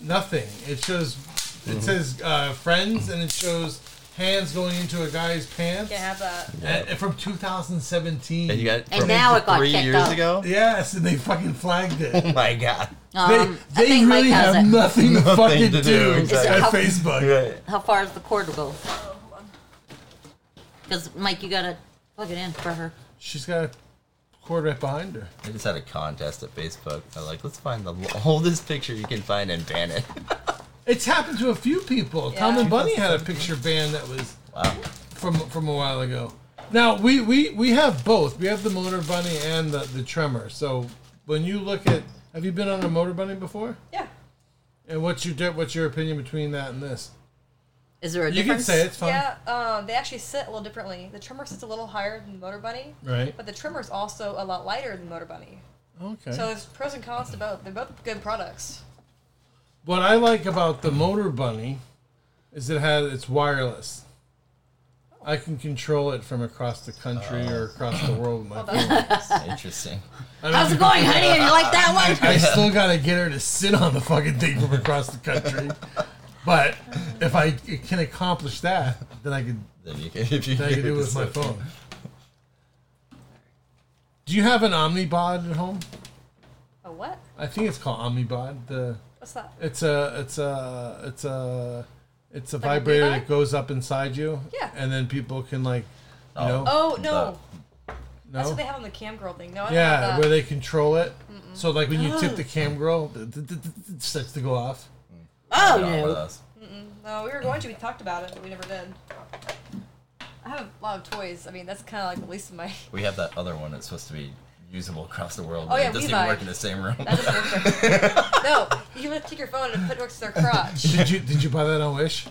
nothing. It shows. Mm-hmm. It says uh, friends, and it shows hands going into a guy's pants. Can't have that. And- from 2017. And you got And from now it got three checked years out. ago. yes, and they fucking flagged it. Oh my god. Um, they I they think Mike really has have it. nothing to Nothing fucking to do, do exactly. at How- Facebook. Right. How far is the cord to go? Because Mike, you gotta plug it in for her. She's got a cord right behind her. I just had a contest at Facebook. I was like, let's find the l- oldest picture you can find and ban it. It's happened to a few people. Tom Yeah. and Bunny had a picture banned that was Wow. from from a while ago. Now we we we have both. We have the motor bunny and the the tremor. So when you look at, have you been on a motor bunny before? Yeah. And what's your di- what's your opinion between that and this? Is there a You can difference? say it's fine. Yeah, um, they actually sit a little differently. The trimmer sits a little higher than the motor bunny, Right. but the trimmer is also a lot lighter than the motor bunny. Okay. So there's pros and cons to both. They're both good products. what I like about the motor bunny is it has it's wireless. I can control it from across the country or across the world. with My phone. Interesting. How's it going, honey? You like that one? I still gotta get her to sit on the fucking thing from across the country. But if I can accomplish that, then I can, Then you can, if you then I can do it with my phone. Do you have an Omnibod at home? A what? I think it's called Omnibod. The What's that? it's a it's a it's a it's a a vibrator Levi? that goes up inside you. Yeah. And then people can like, you know, Oh no, that's no, what they have on the cam girl thing. No, I don't yeah, have where that. they control it. So like when you tip the cam girl, it starts to go off. Oh One of no. those. No, we were going to. We talked about it, but we never did. I have a lot of toys. I mean, that's kind of like the least of my. We have that other one that's supposed to be usable across the world, Oh, but yeah, it doesn't Levi. even work in the same room. That doesn't work very no, you can take your phone and put it next to their crotch. Did you did you buy that on Wish?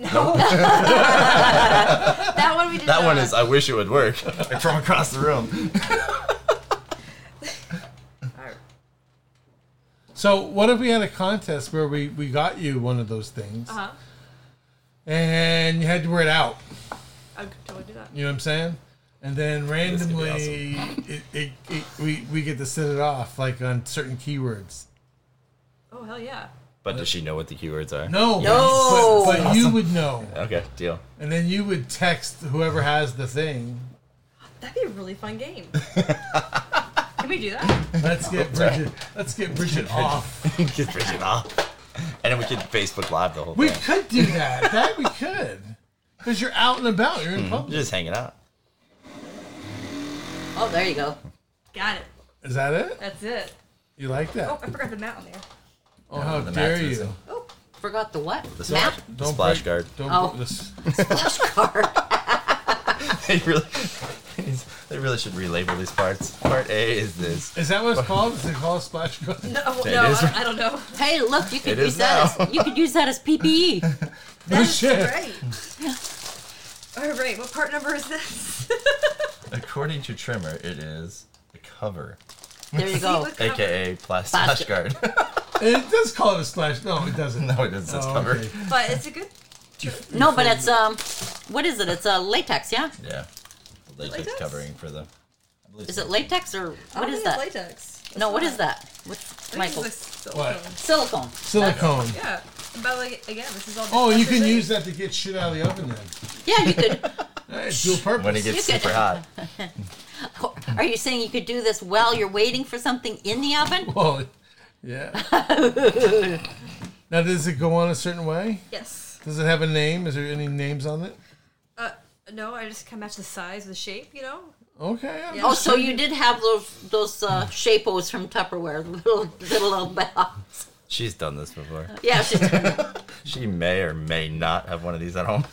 That one we did. That one not. is, I wish it would work from across the room. So what if we had a contest where we we got you one of those things Uh-huh. and you had to wear it out? I would totally Oh, do that. You know what I'm saying? And then could be randomly, it, it, it, we we get to set it off like on certain keywords. Oh hell yeah. But does she know what the keywords are? No, No. but, but you would know, Okay, deal. and then you would text whoever has the thing. That'd be a really fun game. Can we do that? Let's get Bridget. Let's get Bridget off. Just push it off. And then we could Facebook Live the whole We thing. could do that. That we could, because you're out and about. You're Mm-hmm. in public. Just hanging out. Oh, there you go. Got it. Is that it? That's it. You like Oh, that? I forgot the mat on there. Oh, how The dare matches. you! Oh, Forgot the what? The Map? splash, the splash break- guard. Don't Oh. break this. Card. they really, they really should relabel these parts. Part A is this. Is that what it's called? Is it called a splash guard? no, no, It I is. don't, I don't know. Hey, look, you could It is use that. now. As, you could use that as E. PPE. No shit. Right. All right. What part number is this? According to Trimmer, it is the cover, There you Oh, go. Look up. aka plus Splash splash guard. It does call it a splash. No, it doesn't. no, it does says Oh, cover. okay. But it's a good. tr- No, but it's um, what is it? It's a uh, latex, yeah. Yeah, latex this? covering for the. I Is it Oh, latex or what is that? Latex. No, what is that? What's Michael? What? Silicone. Silicone. Yeah, but like again, this is all. Oh, you can thing. use that to get shit out of the oven then. Yeah, you could. Hey, dual purpose. When it gets You could- super hot. Are you saying you could do this while you're waiting for something in the oven? Well, yeah. now, does it go on a certain way? Yes. Does it have a name? Is there any names on it? Uh, no, I just kind of match the size, the shape, you know. Okay. I'm Oh, so you did have those those uh, shapos from Tupperware, little little old bags. She's done this before. Yeah, she, She may or may not have one of these at home.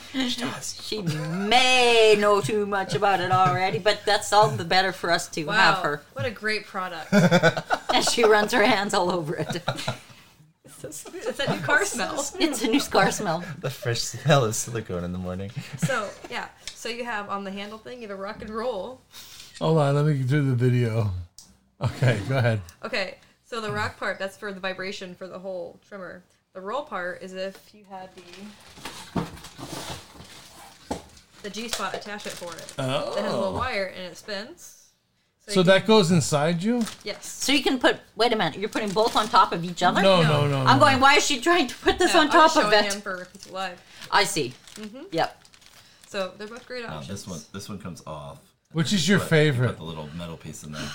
she does. she may know too much about it already, but that's all the better for us to Wow, have her. what a great product! And she runs her hands all over it. it's that new car smell. It's a new scar smell. The fresh smell of silicone in the morning. So yeah, so you have on the handle thing, you have a rock and roll. Hold on, let me do the video. Okay, go ahead. Okay, so the rock part that's for the vibration for the whole trimmer. The roll part is if you had the the G spot attachment for it. Oh. That has a little wire and it spins. So you that goes inside you? can- yes. So you can put. Wait a minute, you're putting both on top of each other. No, no, No. no. I'm no. going. Why is she trying to put this Yeah, on I'm just top of showing it? him Mm-hmm. for people live. I see. Yep. So they're both great Oh, options. this one, this one comes off. Which is your But you favorite? Put the little metal piece in there.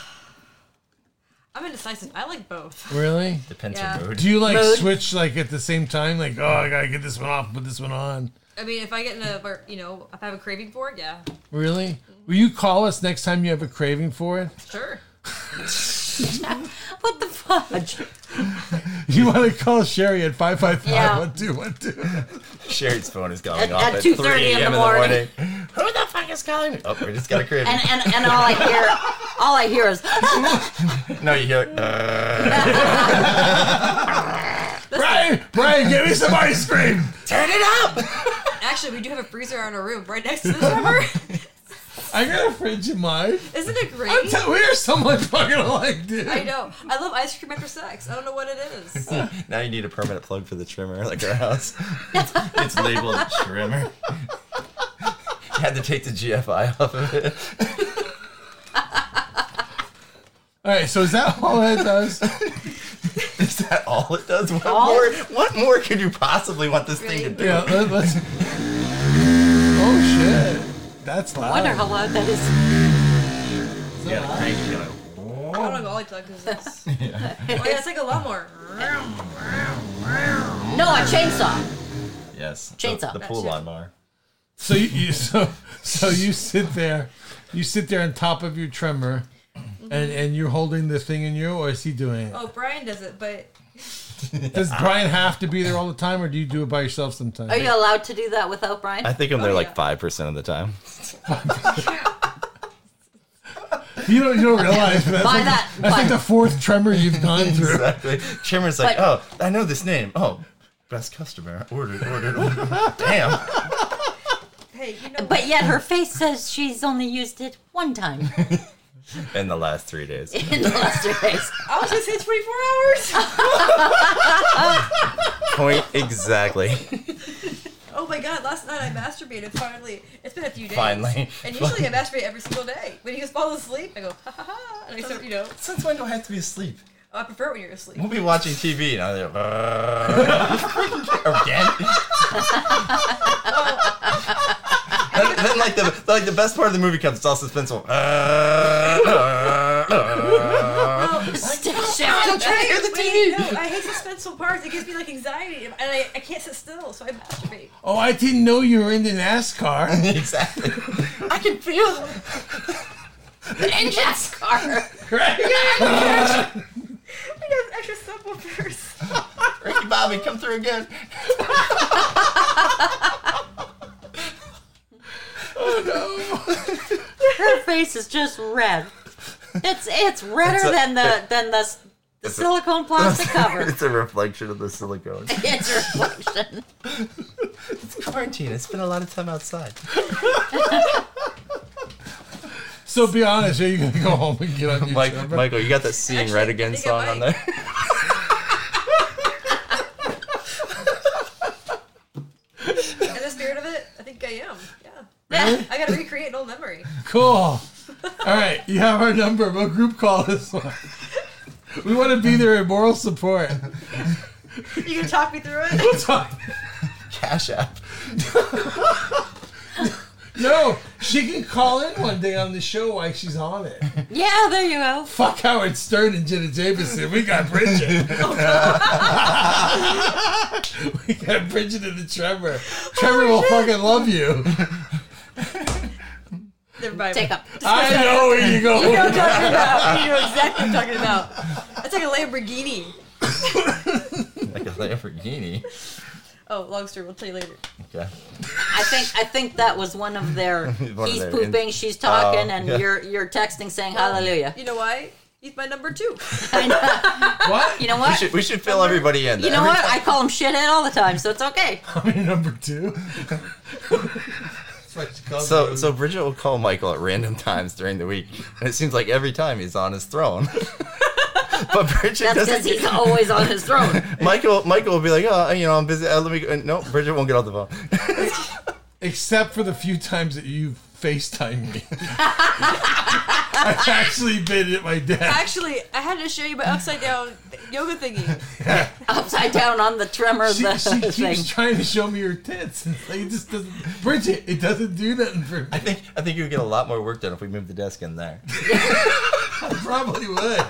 I'm indecisive. I like both. Really? Depends Yeah. your mood. Do you like Mood. switch like at the same time? Like, oh, I gotta get this one off, put this one on. I mean, if I get in a, you know, if I have a craving for it, yeah, Really? Will you call us next time you have a craving for it? sure. What the fudge? You want to call Sherry at 555 Yeah. 1212. Sherry's phone is going At- off at at, 2:30 3 in the a.m. in the morning. morning. Who the fuck is calling me? Oh, we just got a crib. And and and all I hear, all I hear is No, you hear it. Uh, Brian, Brian, give me some ice cream. turn it up! Actually, we do have a freezer in our room right next to the trimmer. I got a fridge in mine. Isn't it great? I'm tell- we are so much fucking alike, dude. I know. I love ice cream after sex. I don't know what it is. Now you need a permanent plug for the trimmer, like our house. it's labeled trimmer. you had to take the GFI off of it. All right, so is that all that does? Is that all it does? What All- more? What more could you possibly want this thing to do? Yeah, let, let's. Oh shit, that's loud. wonder how loud that is. Yeah, crank it, you're like, I don't know. if All I talk is this. Oh yeah, it's like a lawnmower. No, a chainsaw. Yes. Chainsaw. The, the pool That's it. lawnmower. So you, you so so you sit there, you sit there on top of your tremor, and and you're holding the thing in you, or is he doing it? Oh, Brian does it, but Does Brian have to be there all the time, or do you do it by yourself Are sometimes? you allowed to do that without Brian? I think I'm there yeah. like five percent of the time. You don't you don't realize but that's By like, that- that's by- like the fourth tremor you've gone through. Exactly. Trimmer's like, But- oh, I know this name. Oh, best customer. Ordered, ordered, ordered. Damn. hey, you know. But yet her face says she's only used it one time In the last three days. in the last two days. I was gonna say 24 hours. Point exactly. Oh my god, last night I masturbated. Finally, it's been a few days. Finally. And usually I masturbate every single day. When he just falls asleep, I go ha ha ha, and I start, you know, Since when do I have to be asleep? I prefer it when you're asleep. We'll be watching TV and I'm like, again. then, then like the like the best part of the movie comes. It's all suspenseful. Stick shift. I hate- wait, no, I hate suspenseful parts. It gives me like anxiety, and I, I can't sit still, so I masturbate. Oh, I didn't know you were into NASCAR. exactly. I can feel the engine scar. I got an extra subwoofers. Ricky Bobby, come through again. Her face is just red. It's it's redder It's a- than the than the, the silicone plastic cover. It's a reflection of the silicone. It's a reflection. It's quarantine. I spent a lot of time outside. So be honest, are you gonna go home and get on your Mike, tremor? Michael, you got that "Seeing Actually, Red I Again" think I song on might. there? In the spirit of it, I think I am. Yeah. I gotta recreate an old memory. Cool. All All right, you have our number. We'll group call this one. We want to be there in moral support. You gonna talk me through it? Cash app. No, she can call in one day on the show while she's on it. Yeah, there you go. Fuck Howard Stern and Jenna Jameson. We got Bridget. we got Bridget and the Trevor. Oh Trevor will fucking love you. Never mind. Take up. I know where you You know what I'm go. talking about. You know exactly what I'm talking about. That's like a Lamborghini. Like a Lamborghini. Oh, long story. We'll tell you later. Okay. I think I think that was one of their. One of he's their pooping, she's talking, Oh, and yeah. you're you're texting saying hallelujah. You know why? He's my number two. I know. What? You know We what? should we should fill everybody in. You know what? I call him shithead all the time, so it's okay. I'm your number two. That's why she calls So me. so Bridget will call Michael at random times during the week, and it seems like every time he's on his throne. but That's Bridget doesn't. because he's get- always on his throne. Michael Michael will be like, oh, you know, I'm busy. Uh, let me. Go. and No, Bridget won't get off the phone. except for the few times that you FaceTime me. I've actually been at my desk. Actually, I had to show you my upside down yoga thingy. Upside down on the tremor of She, the she keeps thing. trying to show me her tits. It's like, it just doesn't, Bridget, it doesn't do nothing for me. I think I think you would get a lot more work done if we moved the desk in there. Probably would.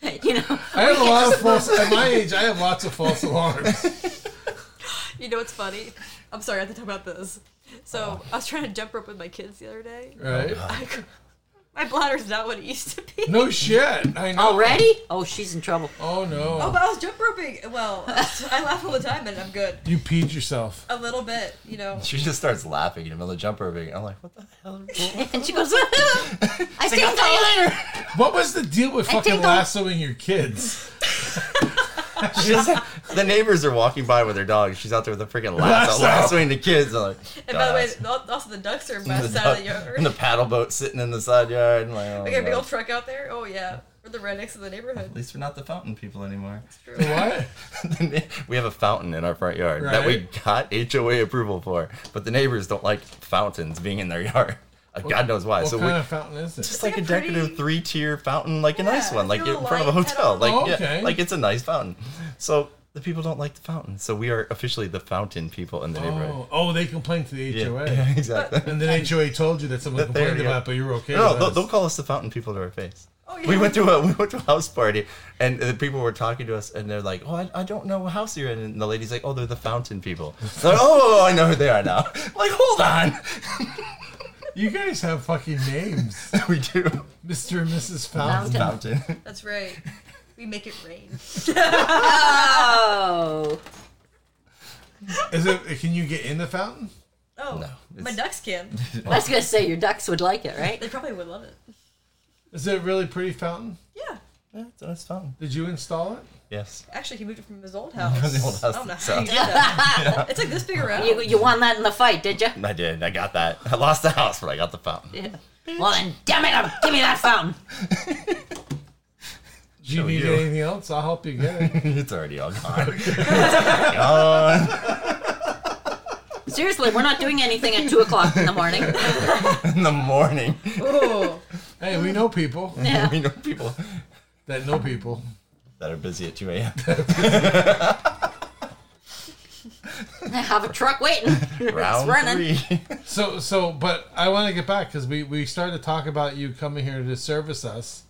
You know, I have a lot of false. At my age, I have lots of false alarms. You know what's funny? I'm sorry, I have to talk about this. So I was trying to jump rope with my kids the other day. Oh, Right? I go- my bladder's not what it used to be. No shit. I know. already? Oh, she's in trouble. Oh Oh, no. but I was jump roping. Well, I laugh all the time and I'm good. You peed yourself. A little bit, you know. She just starts laughing in the middle of jump roping. I'm like, what the hell? And she goes, I tingle. What was the deal with fucking tingle. lassoing your kids? She just, the neighbors are walking by with their dog. She's out there with a freaking lasso, Lasso. lassoing the kids. I'm like, And by the way, "Guys." al- also the ducks are by the the side of the duck- yard. and the paddle boat sitting in the side yard. and like, oh, We got a big no. old truck out there. Oh yeah, we're the rednecks of the At neighborhood. least we're not the fountain people anymore. What? we have a fountain in our front yard that we got HOA approval for, but the neighbors don't like fountains being in their yard. Uh, God knows why. What so kind we. of fountain is it? It's like a like a pretty- decorative three-tier fountain, like a nice Yeah, one, like it's got in a front of a light hotel, head like on it. yeah, Okay. like it's a nice fountain. So the people don't like the fountain, so we are officially the fountain people in the neighborhood. Oh, oh, they complained to the Yeah, HOA. exactly. And then HOA told you that someone That they- complained yeah. about, it, but you were okay. No, with they'll, us. they'll call us the fountain people to our face. Oh, yeah. We went to a we went to a house party, and the people were talking to us, and they're like, "Oh, I, I don't know what house you're in," and the lady's like, "Oh, they're the fountain people." They're like, "Oh, I know who they are now." I'm like, hold on, You guys have fucking names, we do Mr. and Mrs. Fountain. fountain. That's right. We make it rain. Oh, Is it? Can you get in the fountain? Oh, No, my it's- ducks can. I was gonna say your ducks would like it, right? They probably would love it. Is it a really pretty fountain? Yeah. Yeah, it's a nice fountain. Did you install it? Yes. Actually, he moved it from his old house. The old house I don't know itself. how he did that. It's like this big around. You, you won that in the fight, did you? I did. I got that. I lost the house, but I got the fountain. Yeah. Well then, damn it! um, Give me that fountain. Do you Show need you. anything else? I'll help you get it. It's already all gone. Gone. Seriously, we're not doing anything at two o'clock in the morning. in the morning. Ooh. hey, we know people Yeah. We know people that know people. that are busy at 2 a.m. I have a truck waiting. it's Round running. three. So, so, but I want to get back because we we started to talk about you coming here to service us,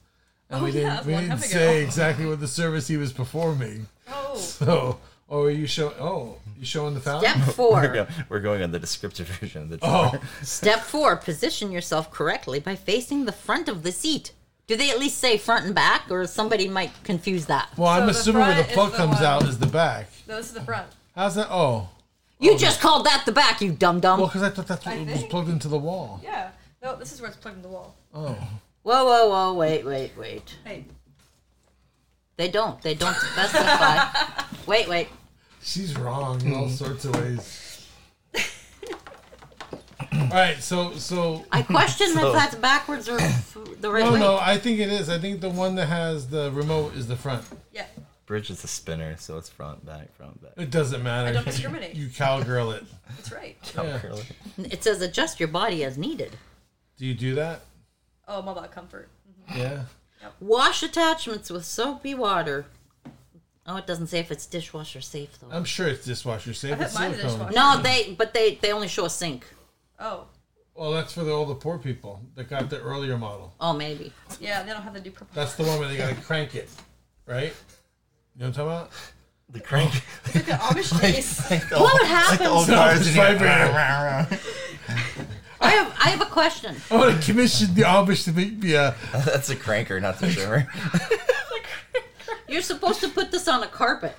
and Oh, we yeah, didn't that's we a long didn't time ago. say exactly what the service he was performing. Oh. So, oh, are you show? Oh, you showing the fountain? Step We're four. go- We're going on the descriptive version of the tour. Oh, Step four. Position yourself correctly by facing the front of the seat. Do they at least say front and back, or somebody might confuse that? well, I'm the assuming where the front is plug the comes one- out is the back. No, this is the front. How's that? Oh, You just called that the back, you dum dum. well, because I thought that's what I was think- plugged into the wall. Yeah. No, this is where it's plugged in the wall. Oh, Whoa, whoa, whoa! Wait, wait, wait. Hey. They don't. They don't specify. wait, wait. she's wrong in all sorts of ways. all right, so so I question So- if that's backwards or f- the right No, way. no, I think it is. I think the one that has the remote is the front. Yeah. Bridge is a spinner, so it's front, back, front, back. It doesn't matter. I don't discriminate. You, you cowgirl it. That's right. Top Yeah. curly. It says adjust your body as needed. Do you do that? Oh, I'm all about comfort. Yeah. Wash attachments with soapy water. Oh, it doesn't say if it's dishwasher safe though. I'm sure it's dishwasher safe. bet It's mine's silicone. dishwasher. No, they but they they only show a sink. Oh, Well, that's for the, all the poor people that got the earlier model. Oh, maybe. yeah, they don't have to do purple. That's the one where they gotta crank it, right? You know what I'm talking about? The crank. Look at Amish face. What would Like happen? the old No, cars. it's in here. vibrator. I have I have a question. I want to commission the Amish to make me a. That's a cranker, not the trimmer. You're supposed to put this on a carpet,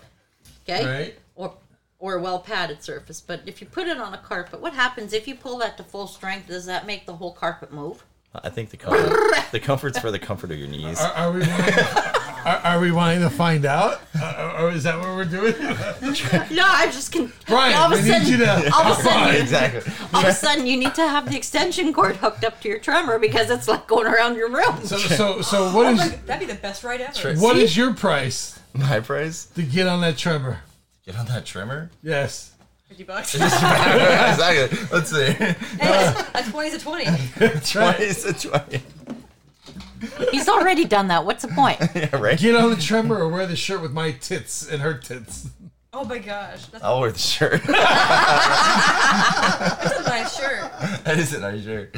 okay? Right. Or or a well padded surface. But if you put it on a carpet, what happens if you pull that to full strength? Does that make the whole carpet move? I think the comfort, the comfort's for the comfort of your knees. Are, are we? wanting- Are, are we wanting to find out? Or or is that what we're doing? No, I just can. all Brian, of a we need you sudden, to. all of a sudden, exactly. all of a sudden, you need to have the extension cord hooked up to your tremor because it's like going around your room. So, so, so what is That'd be the best ride ever. True. what is your price My price. to get on that tremor? Get on that trimmer. Yes. 50 bucks. exactly. Let's see. a 20's a 20. Twice a twenty. He's already done that. What's the point? Yeah, right. Get on the tremor or wear the shirt with my tits and her tits. Oh my gosh. That's I'll wear the shirt. a nice shirt. that isn't our shirt.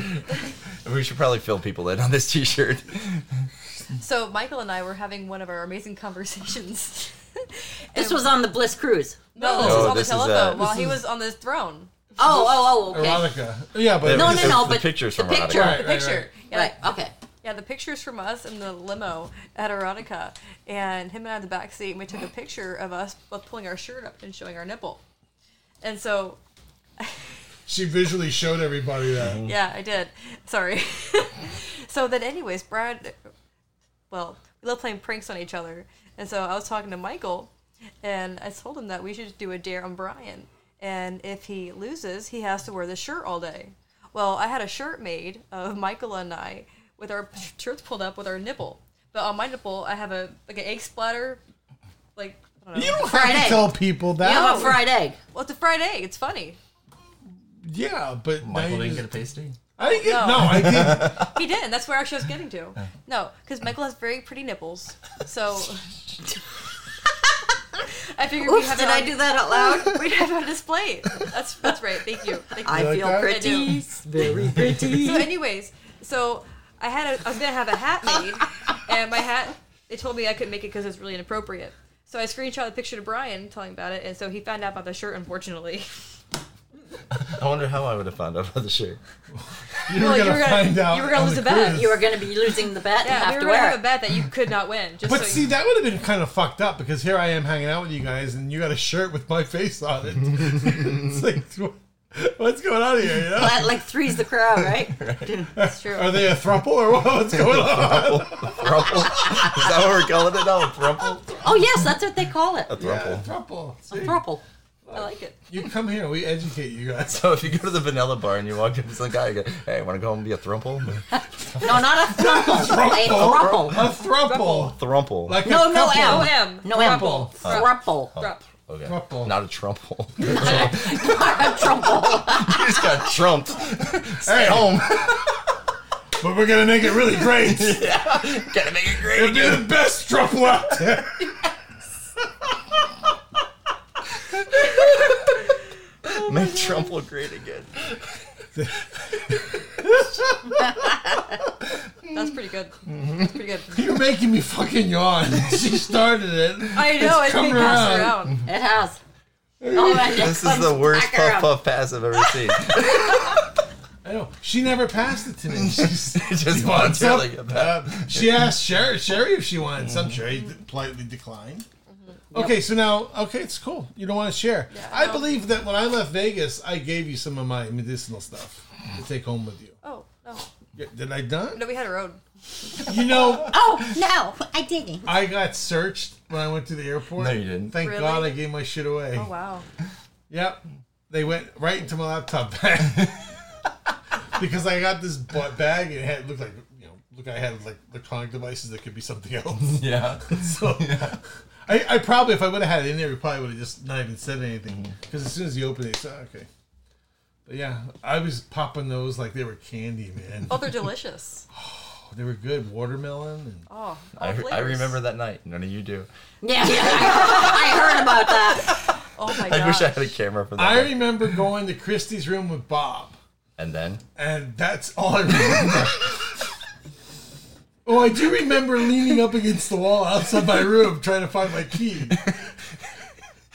We should probably fill people in on this T-shirt. So Michael and I were having one of our amazing conversations. This was on the Bliss cruise. no, this was No, on this the is, uh, telephone this while he was on the throne. Oh, oh, oh, okay. Erotica. Yeah, but No, The- no, no. the but pictures the from Erotica. picture. Right. The picture. Yeah, Right. Okay. yeah, the pictures from us in the limo at Erotica, and him and I in the back seat, and we took a picture of us both pulling our shirt up and showing our nipple. And so, she visually showed everybody that. yeah, I did. Sorry. so then, anyways, Brad, well, we love playing pranks on each other, and so I was talking to Michael, and I told him that we should do a dare on Brian, and if he loses, he has to wear the shirt all day. Well, I had a shirt made of Michael and I with our shirts pulled up with our nipple, but on my nipple I have a like an egg splatter, like I don't know. You don't Fried have to egg. tell people that. You have a fried egg. Well, it's a fried egg. It's funny. Yeah, but now Michael you didn't just- get a pasty. I didn't get. No, No. I didn't. He did. and That's where actually I was getting to. No, because Michael has very pretty nipples. So I figured we Oops, have did it on, I do that out loud? We have it on display. That's that's right. Thank you. Thank you. I like feel that? I do. pretty, very pretty. So, anyways, so I had a, I was gonna have a hat made, and my hat they told me I couldn't make it because it's really inappropriate. So I screenshot the picture to Brian, telling about it, and so he found out about the shirt. Unfortunately, I wonder how I would have found out about the shirt. You were Well, gonna, find out. you were gonna on lose the the bet. cruise. You are going to be losing the bet and yeah, have we to were gonna wear have a it. bet that you could not win. Just But so see, you, that would have been kind of fucked up because here I am hanging out with you guys, and you got a shirt with my face on it. it's like, what's going on here? You know? That, like three's the crowd, right? that's true. Are they a thruple or what? what's going on? Thrumple. Is that what we're calling it now? A thrumple. Oh yes, that's what they call it. A thrumple. Thruple. A throuple. I like it. You come here, we educate you guys. So if you go to the vanilla bar and you walk up to some guy, you go, "Hey, want to go and be a thrumple?" No, not a throuple. a thruple. A thruple. Thrumple. Like No, a no couple. M. No M. No M. Mm-hmm. Thruple. Thruple. Drop. okay. Thrumple. Not a trumple. you A thruple. just got trumped. Stay home. But we're gonna make it really great. Gotta make it great. It'll be the best thruple out there. Make Trumple great again. That's pretty good. That's pretty good. You're making me fucking yawn. she started it. I know It's it's being coming passed around. around. It has. Oh, and it This is comes the back worst puff around. puff pass I've ever seen. I know. She never passed it to me. She's, Just wants voluntarily some? get back. Uh, she asked Sherry, Sherry if she wanted some. Sherry d- politely declined. Mm-hmm. Okay, so now, okay, it's cool. You don't want to share. I no. believe that when I left Vegas, I gave you some of my medicinal stuff to take home with you. Oh no, Yeah, Did I done? no, we had our own. You know, Oh no, I didn't. I got searched when I went to the airport. No, you didn't. Thank Really? God I gave my shit away. Oh wow. Yep. They went right into my laptop bag because I got this ba- bag and it had, looked like you know look I had like electronic devices that could be something else. Yeah. So I, I probably if I would have had it in there, we probably would have just not even said anything Mm-hmm. because as soon as you open it, it's oh, okay. But yeah, I was popping those like they were candy, man. Oh, they're delicious. they were good. Watermelon. And, Oh, all I, I flavors. remember that night. None of you do. Yeah, yeah, I, I heard about that. Oh my I wish I god. had a camera for that. I night. remember going to Christie's room with Bob, and then and that's all I remember. oh, I do remember leaning up against the wall outside my room trying to find my key.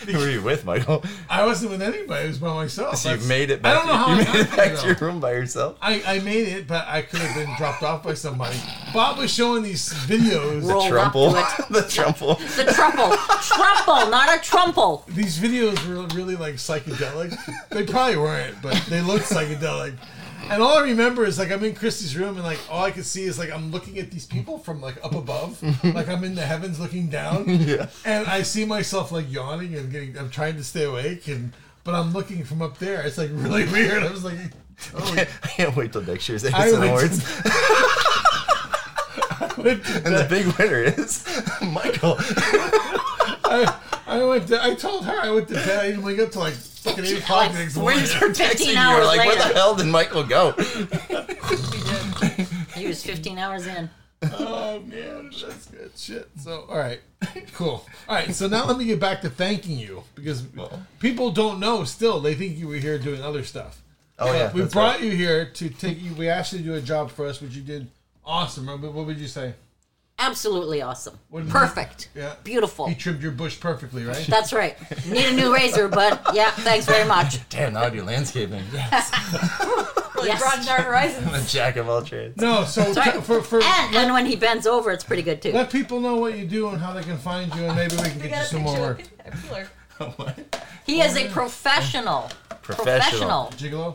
who were you with, Michael? I wasn't with anybody; I was by myself. So you That's- made it I back. don't know how you I made got it back there, to though. your room by yourself. I, I made it, but I could have been dropped off by somebody. Bob was showing these videos, Rolled up to Trumple. it. the Trumple. The trumple, trumple, not a trumple. these videos were really like psychedelic. They probably weren't, but they looked psychedelic. And all I remember is like I'm in Christie's room, and like all I could see is like I'm looking at these people from like up above, like I'm in the heavens looking down, and I see myself like yawning and getting. I'm trying to stay awake, and but I'm looking from up there. It's like really weird. I was like, oh, I can't wait till next year's I ASN went- Awards. I, And the big winner is Michael. I went. To, I told her I went to bed. I didn't wake up till like fucking eight o'clock the next morning. When you're texting, Fifteen you're hours like, where later." the hell did Michael go? He was 15 hours in. Oh man, that's good shit. So, all right, cool. All right, so now let me get back to thanking you because people don't know. Still, they think you were here doing other stuff. Oh yeah, we that's brought right. you here to take you. We asked you to do a job for us, which you did awesome. What what would you say? Absolutely awesome. What- Perfect. Yeah. Beautiful. He trimmed your bush perfectly, right? That's right. Need a new razor, but yeah, thanks very much. Damn, now I do landscaping. Yes, Really Yes. broadened our horizons. I'm a jack of all trades. no, so t- for for And, and when he bends over, it's pretty good too. let people know what you do and how they can find you, and maybe we can We get you got a some more work. picture. I feel her. He is a professional. Professional. Professional. Gigolo.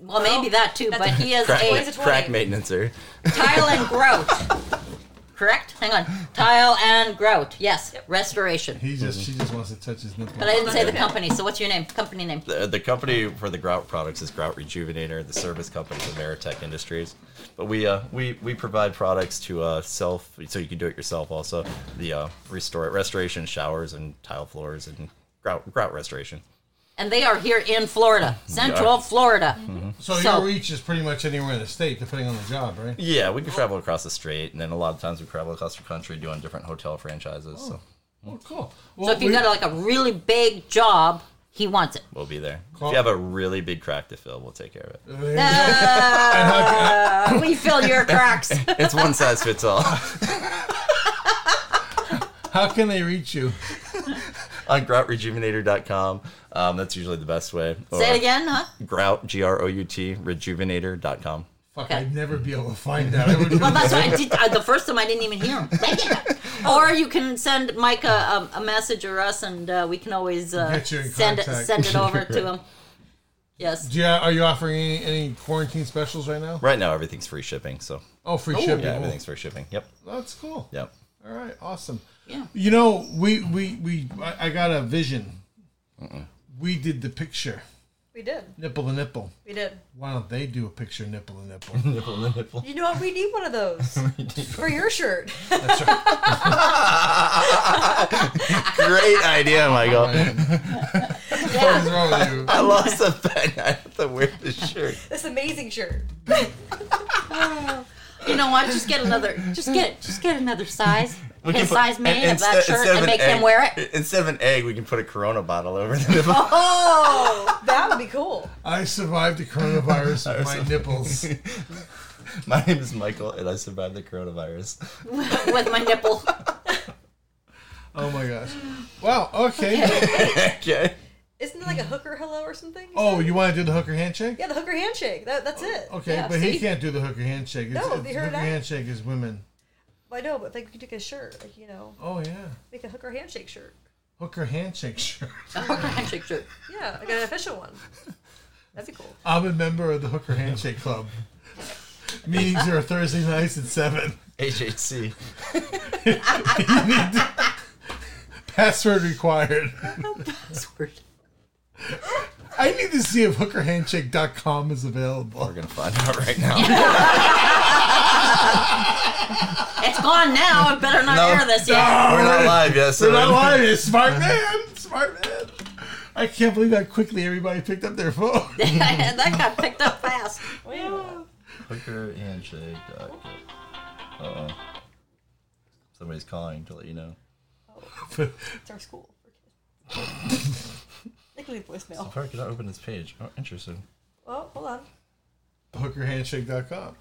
Well, maybe that too, but he is Crack, a Always a 20. crack maintenancer. tile and grout. Correct? Hang on. Tile and grout. Yes. Restoration. He just Mm-hmm. she just wants to touch his nipple. But I didn't say the company, so what's your name? Company name. The, Uh, the company for the grout products is Grout Rejuvenator. The service company is Ameritech Industries. But we uh, we we provide products to uh, self, so you can do it yourself. Also, the uh, restore restoration showers and tile floors and grout grout restoration. And they are here in Florida, Central Florida. so, so- your reach is pretty much anywhere in the state, depending on the job, right? Yeah, we can travel across the strait, and then a lot of times we travel across the country doing different hotel franchises. So Oh, cool. Well, So if you we- got like a really big job, he wants it. we'll be there. If you have a really big crack to fill, we'll take care of it. Uh, we fill your cracks. It's one size fits all. How can they reach you? On groutrejuvenator.com, um, that's usually the best way. Say Or it again, huh? Grout, G R O U T, rejuvenator.com. Fuck, Okay. I'd never be able to find out. I would- Well, that's why I did. I, the first time I didn't even hear him. Thank you. Or you can send Mike a, a, a message or us, and uh, we can always uh, Get you in send it contact. send it over to him. Yes. Do you, are you offering any, any quarantine specials right now? Right now, everything's free shipping. So, Oh, free shipping. yeah, Oh, everything's free shipping. Yep. that's cool. Yep. All right, awesome. Yeah. You know, we we we I, I got a vision. We did the picture We did. nipple to nipple. We did. Why don't they do a picture nipple to nipple? You know what? We need one of those for your shirt. Great idea, Michael. What is wrong with you? I lost the thing. I have to wear this shirt. This amazing shirt. You know what? Just get another. Just get just get another size. We His put- size made of that shirt and an make egg, him wear it. Instead of an egg, we can put a Corona bottle over the nipple. Oh, that would be cool. I survived the coronavirus with my nipples. My name is Michael, and I survived the coronavirus. with my nipple. Oh my gosh! Wow. Okay. okay. Isn't it like a hooker hello or something? Oh, you want to do the hooker handshake? Yeah, the hooker handshake. That, that's it. Okay, Yeah, but he see? can't do the hooker handshake. It's, No, it's, they heard hooker that. handshake is women. I know, but like we could take a shirt, like, you know, Oh yeah, make a hooker handshake shirt. hooker handshake shirt. handshake shirt. Yeah, like an official one. That'd be cool. I'm a member of the Hooker Handshake Club. Meetings are Thursday nights at seven. HHC. Password required. I need to see if hookerhandshake.com is We're available. gonna find out right now. It's gone now. It better not No. air this yet. We're not live yet. So They're not lying. It's Smart man, smart man. I can't believe how quickly everybody picked up their phone. Oh, that got picked up fast. Hooker handshake. Uh oh. Somebody's calling to let you know. It's our school for kids. they can leave voicemail. Park did not open this page. Oh, interesting. Oh, hold on. Hookerhandshake.com.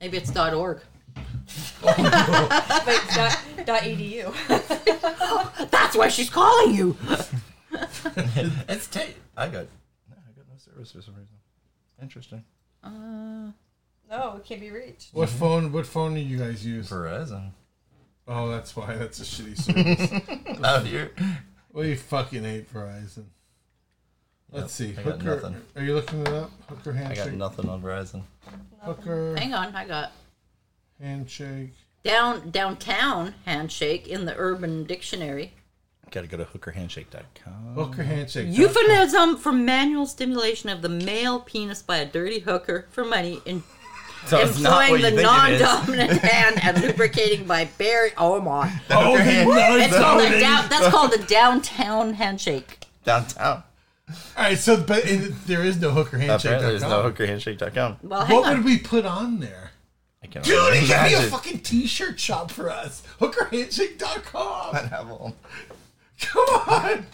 Maybe it's dot .org. Wait, dot, dot E edu. That's why she's calling you. It's tape. I got. No, I got no service for some reason. Interesting. No, it can't be reached. What Mm-hmm. phone? What phone do you guys use? Verizon. Oh, that's why. That's a shitty service. Out here. we fucking hate Verizon. Let's see. I got Hooker. nothing. Are you looking it up? Hooker I got handshake. nothing on Verizon. Hooker Hang on, I got handshake. down downtown handshake in the Urban Dictionary. Gotta go to hookerhandshake.com. Hooker handshake. Euphemism for manual stimulation of the male penis by a dirty hooker for money in So it's not employing what you the think it is. non-dominant hand and lubricating by bare. Oh my! Oh, It's called a down, That's called a downtown handshake. downtown. All right. So, but in, there is no hooker handshake. Apparently, there's no hookerhandshake.com. Well, hang What on. would we put on there? I can't Dude, it should be a imagine. fucking t-shirt shop for us. Hookerhandshake.com. Apple. Come on.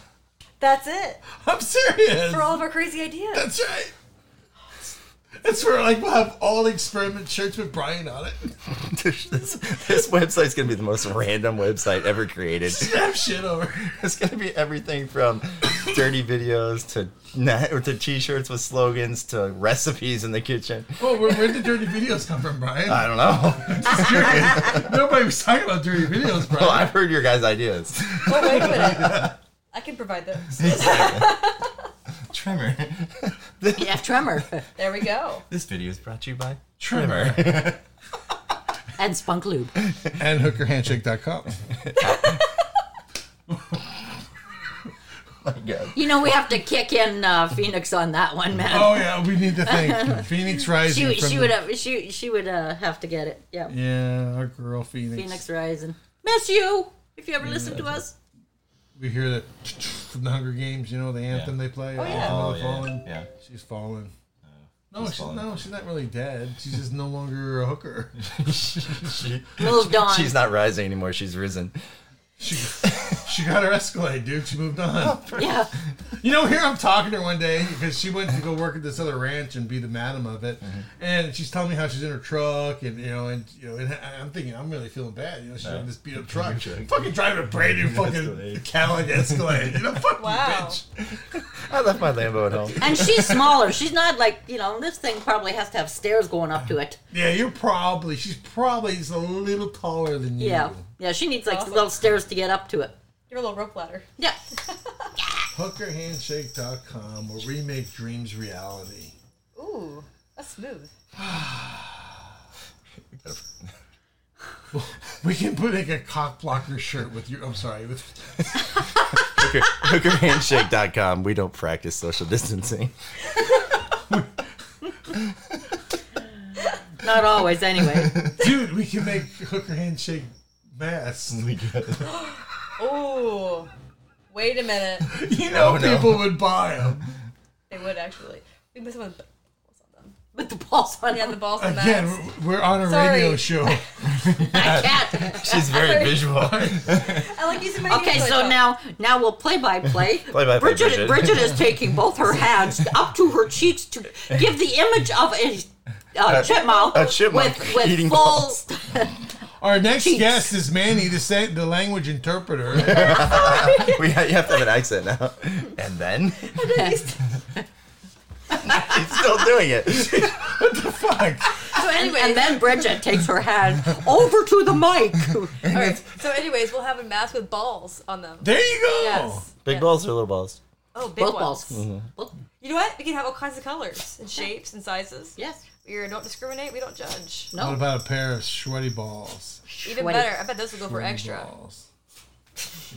That's it I'm serious. for all of our crazy ideas. That's right. That's where like we'll have all the experiment shirts with Brian on it. this, this website's gonna be the most random website ever created. Snap shit over. It's gonna be everything from dirty videos to na- or to t-shirts with slogans to recipes in the kitchen. Well, where, where'd the dirty videos come from, Brian? I don't know. Nobody was talking about dirty videos, Brian. Well, I've heard your guys' ideas. Oh, wait a minute. I can provide those. Tremor. Yeah, tremor There we go. This video is brought to you by Trimmer. and spunk lube. and hookerhandshake.com. my God. You know we have to kick in uh, Phoenix on that one, man. Oh yeah, we need to thank Phoenix Rising. she from she the- would have she she would uh, have to get it. Yeah. Yeah, our girl Phoenix. Phoenix Rising. Miss you. If you ever listen to us. We hear that from the Hunger Games. You know the anthem they play. Oh yeah. Oh, yeah. fallen. Yeah. She's fallen. No, she's she's fallen. no, she's not really dead. She's just no longer a hooker. She- Moved on. she's not rising anymore. She's risen. She she got her Escalade, dude. She moved Oh, on. Yeah. You know, here I'm talking to her one day because she went to go work at this other ranch and be the madam of it, and she's telling me how she's in her truck and you know and you know and I- I'm thinking I'm really feeling bad. You know, she's in this beat up truck, truck. fucking driving a brand new fucking Escalade. Cadillac Escalade. You know, fuck Wow. you, bitch. I left my Lambo at home. And she's smaller. She's not like, you know, this thing probably has to have stairs going up to it. Yeah, you're probably she's probably just a little taller than you. Yeah. Yeah, she needs like little stairs to get up to it. Your little rope ladder. Yeah. Hookerhandshake.com where we make dreams reality. Ooh, that's smooth. We can put like a cock blocker shirt with your. I'm sorry, with Hooker, hookerhandshake.com. We don't practice social distancing. Not always anyway. Dude, we can make hooker handshake masks. Ooh. Wait a minute. You know, Oh, no. people would buy them. They would actually. We must have the balls on them. With the balls on Yeah, the it. balls on Again, that. we're- we're on a Sorry. radio show. I can't. She's very visual. I like using my Okay, hands like uh, so that. now now we'll play by play. by play, Bridget, Bridget. Bridget is taking both her hands up to her cheeks to give the image of a uh, chipmunk, a chipmunk with, with eating full balls. Our next Cheeks. guest is Manny, the, sa- the language interpreter. We ha- you have to have an accent now. And then she's still doing it. Fuck. So and, anyways, and then Bridget takes her hand over to the mic. all right. So anyways, we'll have a mask with balls on them. There you go. Yes. Big Yes. balls or little balls? Oh, big Both ones. balls. You know what? We can have all kinds of colors and shapes and sizes. Yes. We don't discriminate. We don't judge. What No. about a pair of sweaty balls? Even Sweaty. better. I bet those will go for extra. Balls.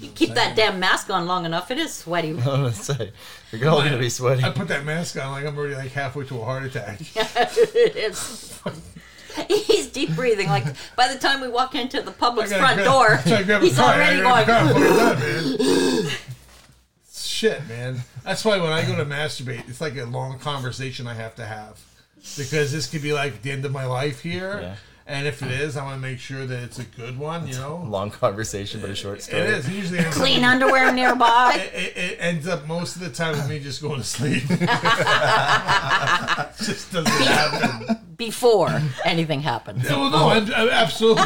You keep that damn mask on long enough. It is sweaty. I'm gonna say you're all gonna be sweaty. I put that mask on like I'm already like halfway to a heart attack. it is. He's deep breathing. Like by the time we walk into the public's front door, Try to grab a he's car, already I gotta grab a going. car, fucking done, man. Shit, man. That's why when I go to masturbate, it's like a long conversation I have to have. because this could be like the end of my life here. Yeah. And if it is, I want to make sure that it's a good one. You know, Long conversation, but a short story. it is It usually ends Clean Up, underwear nearby. it, it- it ends up most of the time with me just going to sleep. just doesn't happen. Before anything happens. No, no, I'm, I'm absolutely.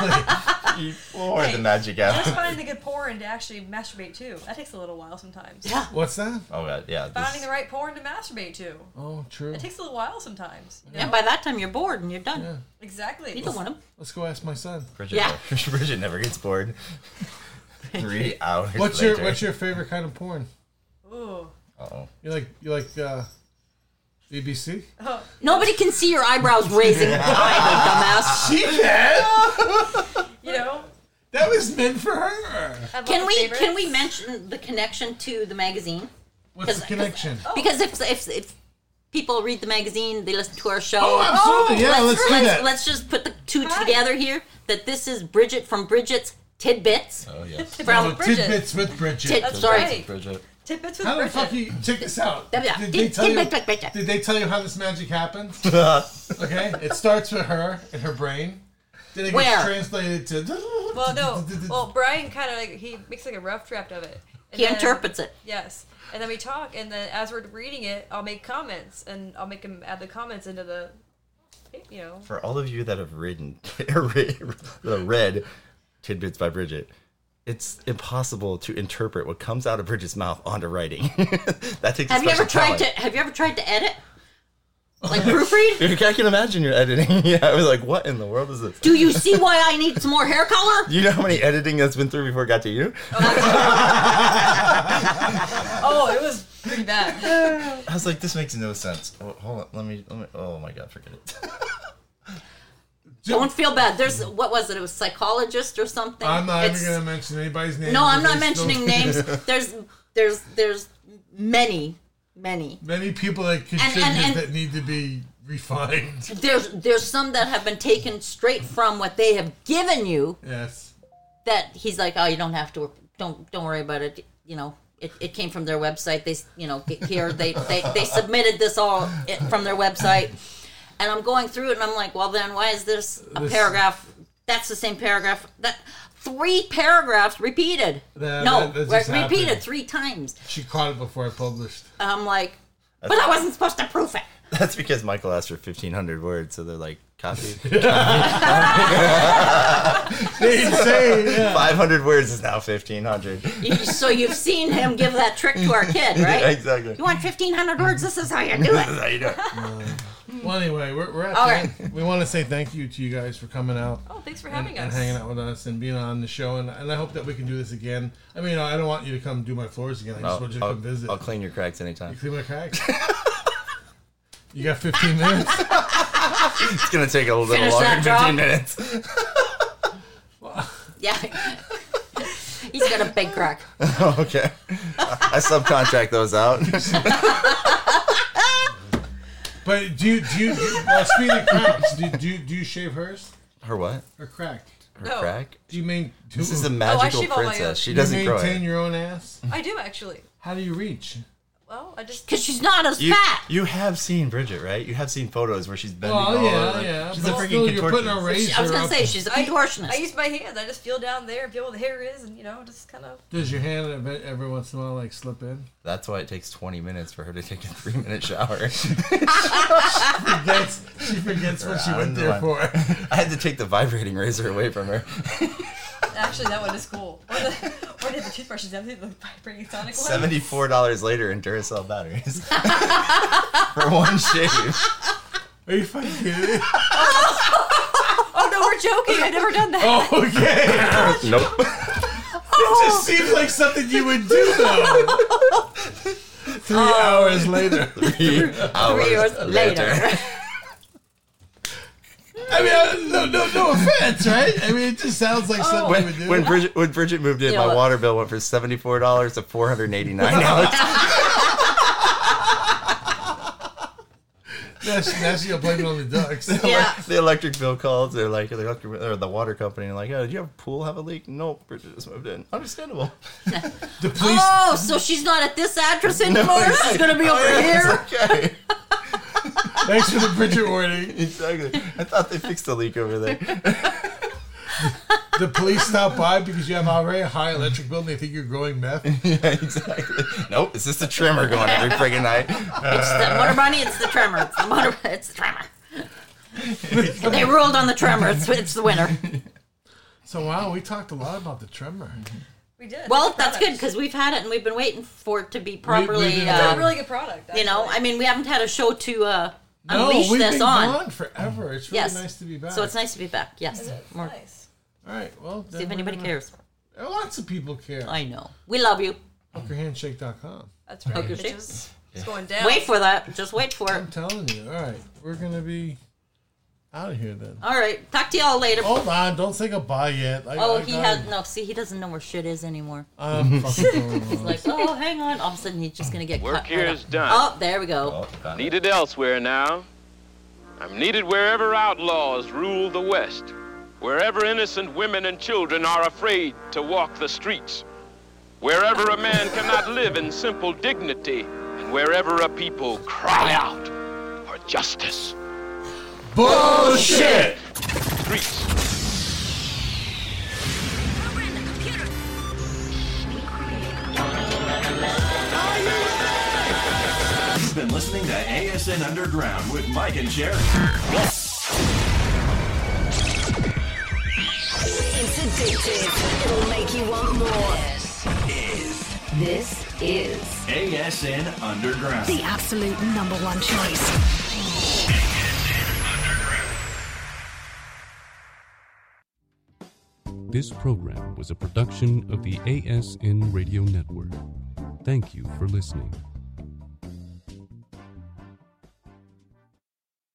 Or the magic app. Just finding the good porn to actually masturbate to. That takes a little while sometimes. Yeah. What's that? Oh god, yeah. Finding This, the right porn to masturbate to. Oh, true. It takes a little while sometimes. you And know? by that time, you're bored and you're done. Exactly. You don't want them. Let's go ask my son. Bridget, Yeah. Bridget never gets bored. Three hours. What's later. your What's your favorite kind of porn? Ooh. Uh-oh. You like You like uh, BBC? Nobody can see your eyebrows raising either, dumbass. She can. You know? That was meant for her. I love Can the we favorites. can we mention the connection to the magazine? What's 'Cause- the 'cause- connection? Because if if if people read the magazine, they listen to our show. Oh, absolutely. yeah, let's, do that. let's just put the two together here. That this is Bridget from Bridget's Tidbits Oh yes. from Oh, Bridget. tidbits with Bridget. Tid- That's sorry. right. Bridget. Tidbits with How the Bridget. fuck you check this out? Yeah, yeah. Did they Tid- tell you? tidbit, tidbit. Did they tell you how this magic happens? That's Okay, it starts with her in her brain. Then it Where? gets translated to. Well, no. Well, Brian kind of like, he makes like a rough draft of it. And He then- interprets it. Yes. And then we talk, and then as we're reading it, I'll make comments, and I'll make him add the comments into the, you know. For all of you that have written the read tidbits by Bridget, it's impossible to interpret what comes out of Bridget's mouth onto writing. that takes. Have a you ever special tried talent. to Have you ever tried to edit? Like proofread? I can imagine you're editing. yeah, I was like, what in the world is this? Do you see why I need some more hair color? You know how many editing that's been through before it got to you? Oh, it was pretty bad. I was like, this makes no sense. Oh, hold on, let me, let me. Oh my god, forget it. Don't feel bad. There's what was it? It was psychologist or something. I'm not even It's- gonna mention anybody's name. No, I'm because not they still- mentioning names. There's there's there's many many. Many people that contribute and- that need to be refined. There's there's some that have been taken straight from what they have given you. Yes. That he's like, oh, you don't have to. Don't don't worry about it. You know, it, it came from their website. They s- you know get here they they they submitted this all it, from their website. And I'm going through it, and I'm like, well, then why is this a This- paragraph? That's the same paragraph. That three paragraphs repeated. That- no, that- that re- just happened. repeated three times. She caught it before I published. And I'm like, but I wasn't supposed to proof it. That's because Michael asked for 1,500 words, so they're like, copy. Insane. Yeah. 500 words is now 1,500. You- so you've seen him give that trick to our kid, right? exactly. You want 1,500 words? This is how you do This is it. how you do it. Well, anyway, we're, we're at All the right. end. We want to say thank you to you guys for coming out. Oh, thanks for and, having and us. hanging out with us and being on the show. And, and I hope that we can do this again. I mean, I don't want you to come do my floors again. I just want you to I'll, come visit. I'll clean your cracks anytime. Clean my cracks. you got 15 minutes. It's going to take a little Finish longer that than job. 15 minutes. Yeah. He's got a big crack. Oh, okay. I subcontract those out. But do you, do you, do- well, speaking of cracks, do, do, do you shave hers? Her what? Her crack? Her No. crack? Do you mean, do, This Oh, is a I magical shave all my own. princess. She you doesn't grow maintain it. your own ass? I do actually. How do you reach? Well, I just Because she's not as You, fat. you have seen Bridget, right? You have seen photos where she's bending Well, all yeah, over. yeah. She's a but freaking still, you're putting a contortionist. razor I was going up- to say, she's a I, I contortionist. use my hands. I just feel down there, feel where the hair is, and you know, just kind of. Does your hand ev- every once in a while like slip in? That's why it takes 20 minutes for her to take a three minute shower. That's, she forgets what she went Round there one. for. I had to take the vibrating razor away from her. Actually, that one is cool. Or, the, or did the toothbrushes empty the vibrating sonic one? Seventy-four dollars later in Duracell batteries for one shave. Are you fucking kidding? me? Oh no, we're joking. I've never done that. Okay. Nope. It just seems like something you would do though. Three hours later. Three hours Three years later. I mean, I- no, no, no offense, right? I mean, it just sounds like something When, you would do. when Bridget when Bridget moved in, You know my what? water bill went from seventy-four dollars to four hundred eighty-nine dollars. now, she, now she'll blame it on the ducks. yeah. the electric bill calls. They're like the electric or the water company. and like, oh, did you have a pool have a leak? Nope. Bridget just moved in. Understandable. The police. Oh, so she's not at this address anymore. it's- she's going to be over here. Okay. Thanks for the Bridget warning. Exactly. I thought they fixed the leak over there. The police stopped by because you have a very high electric bill and they think you're growing meth. yeah, exactly. Nope, it's just a trimmer going every friggin' night. It's the motor bunny. It's the tremor. It's the motor. It's the tremor. they ruled on the tremor. It's, it's the winner. So wow, we talked a lot about the tremor. We did. Well, that's good because we've had it and we've been waiting for it to be properly. didn't uh, have- really good product. you know, I mean, we haven't had a show to uh, No, unleash we've this been on. gone forever. It's really Yes. nice to be back. So it's nice to be back. Yes. More. nice. All right. Well, then See if we're anybody gonna- cares. Oh, Lots of people care. I know. We love you. Pokerhandshake.com. That's right. Okay. bitches. It's going down. Wait for that. Just wait for it. I'm telling you. All right, we're gonna be out of here then. All right. Talk to y'all later. Hold on, don't say goodbye yet. I, Oh, I he got has it. no. See, he doesn't know where shit is anymore. I'm fucking going on. Like, oh, hang on. All of a sudden, he's just gonna get Work cut. here right is off. done. Oh, there we go. Oh, got it. Needed elsewhere now. I'm needed wherever outlaws rule the West, wherever innocent women and children are afraid to walk the streets, wherever a man cannot live in simple dignity, and wherever a people cry out for justice. Bullshit. Streets. Program the computer. You've been listening to ASN Underground with Mike and Jerry. It's addictive. It'll make you want more. This is ASN Underground. the absolute number one choice. This program was a production of the ASN Radio Network. Thank you for listening.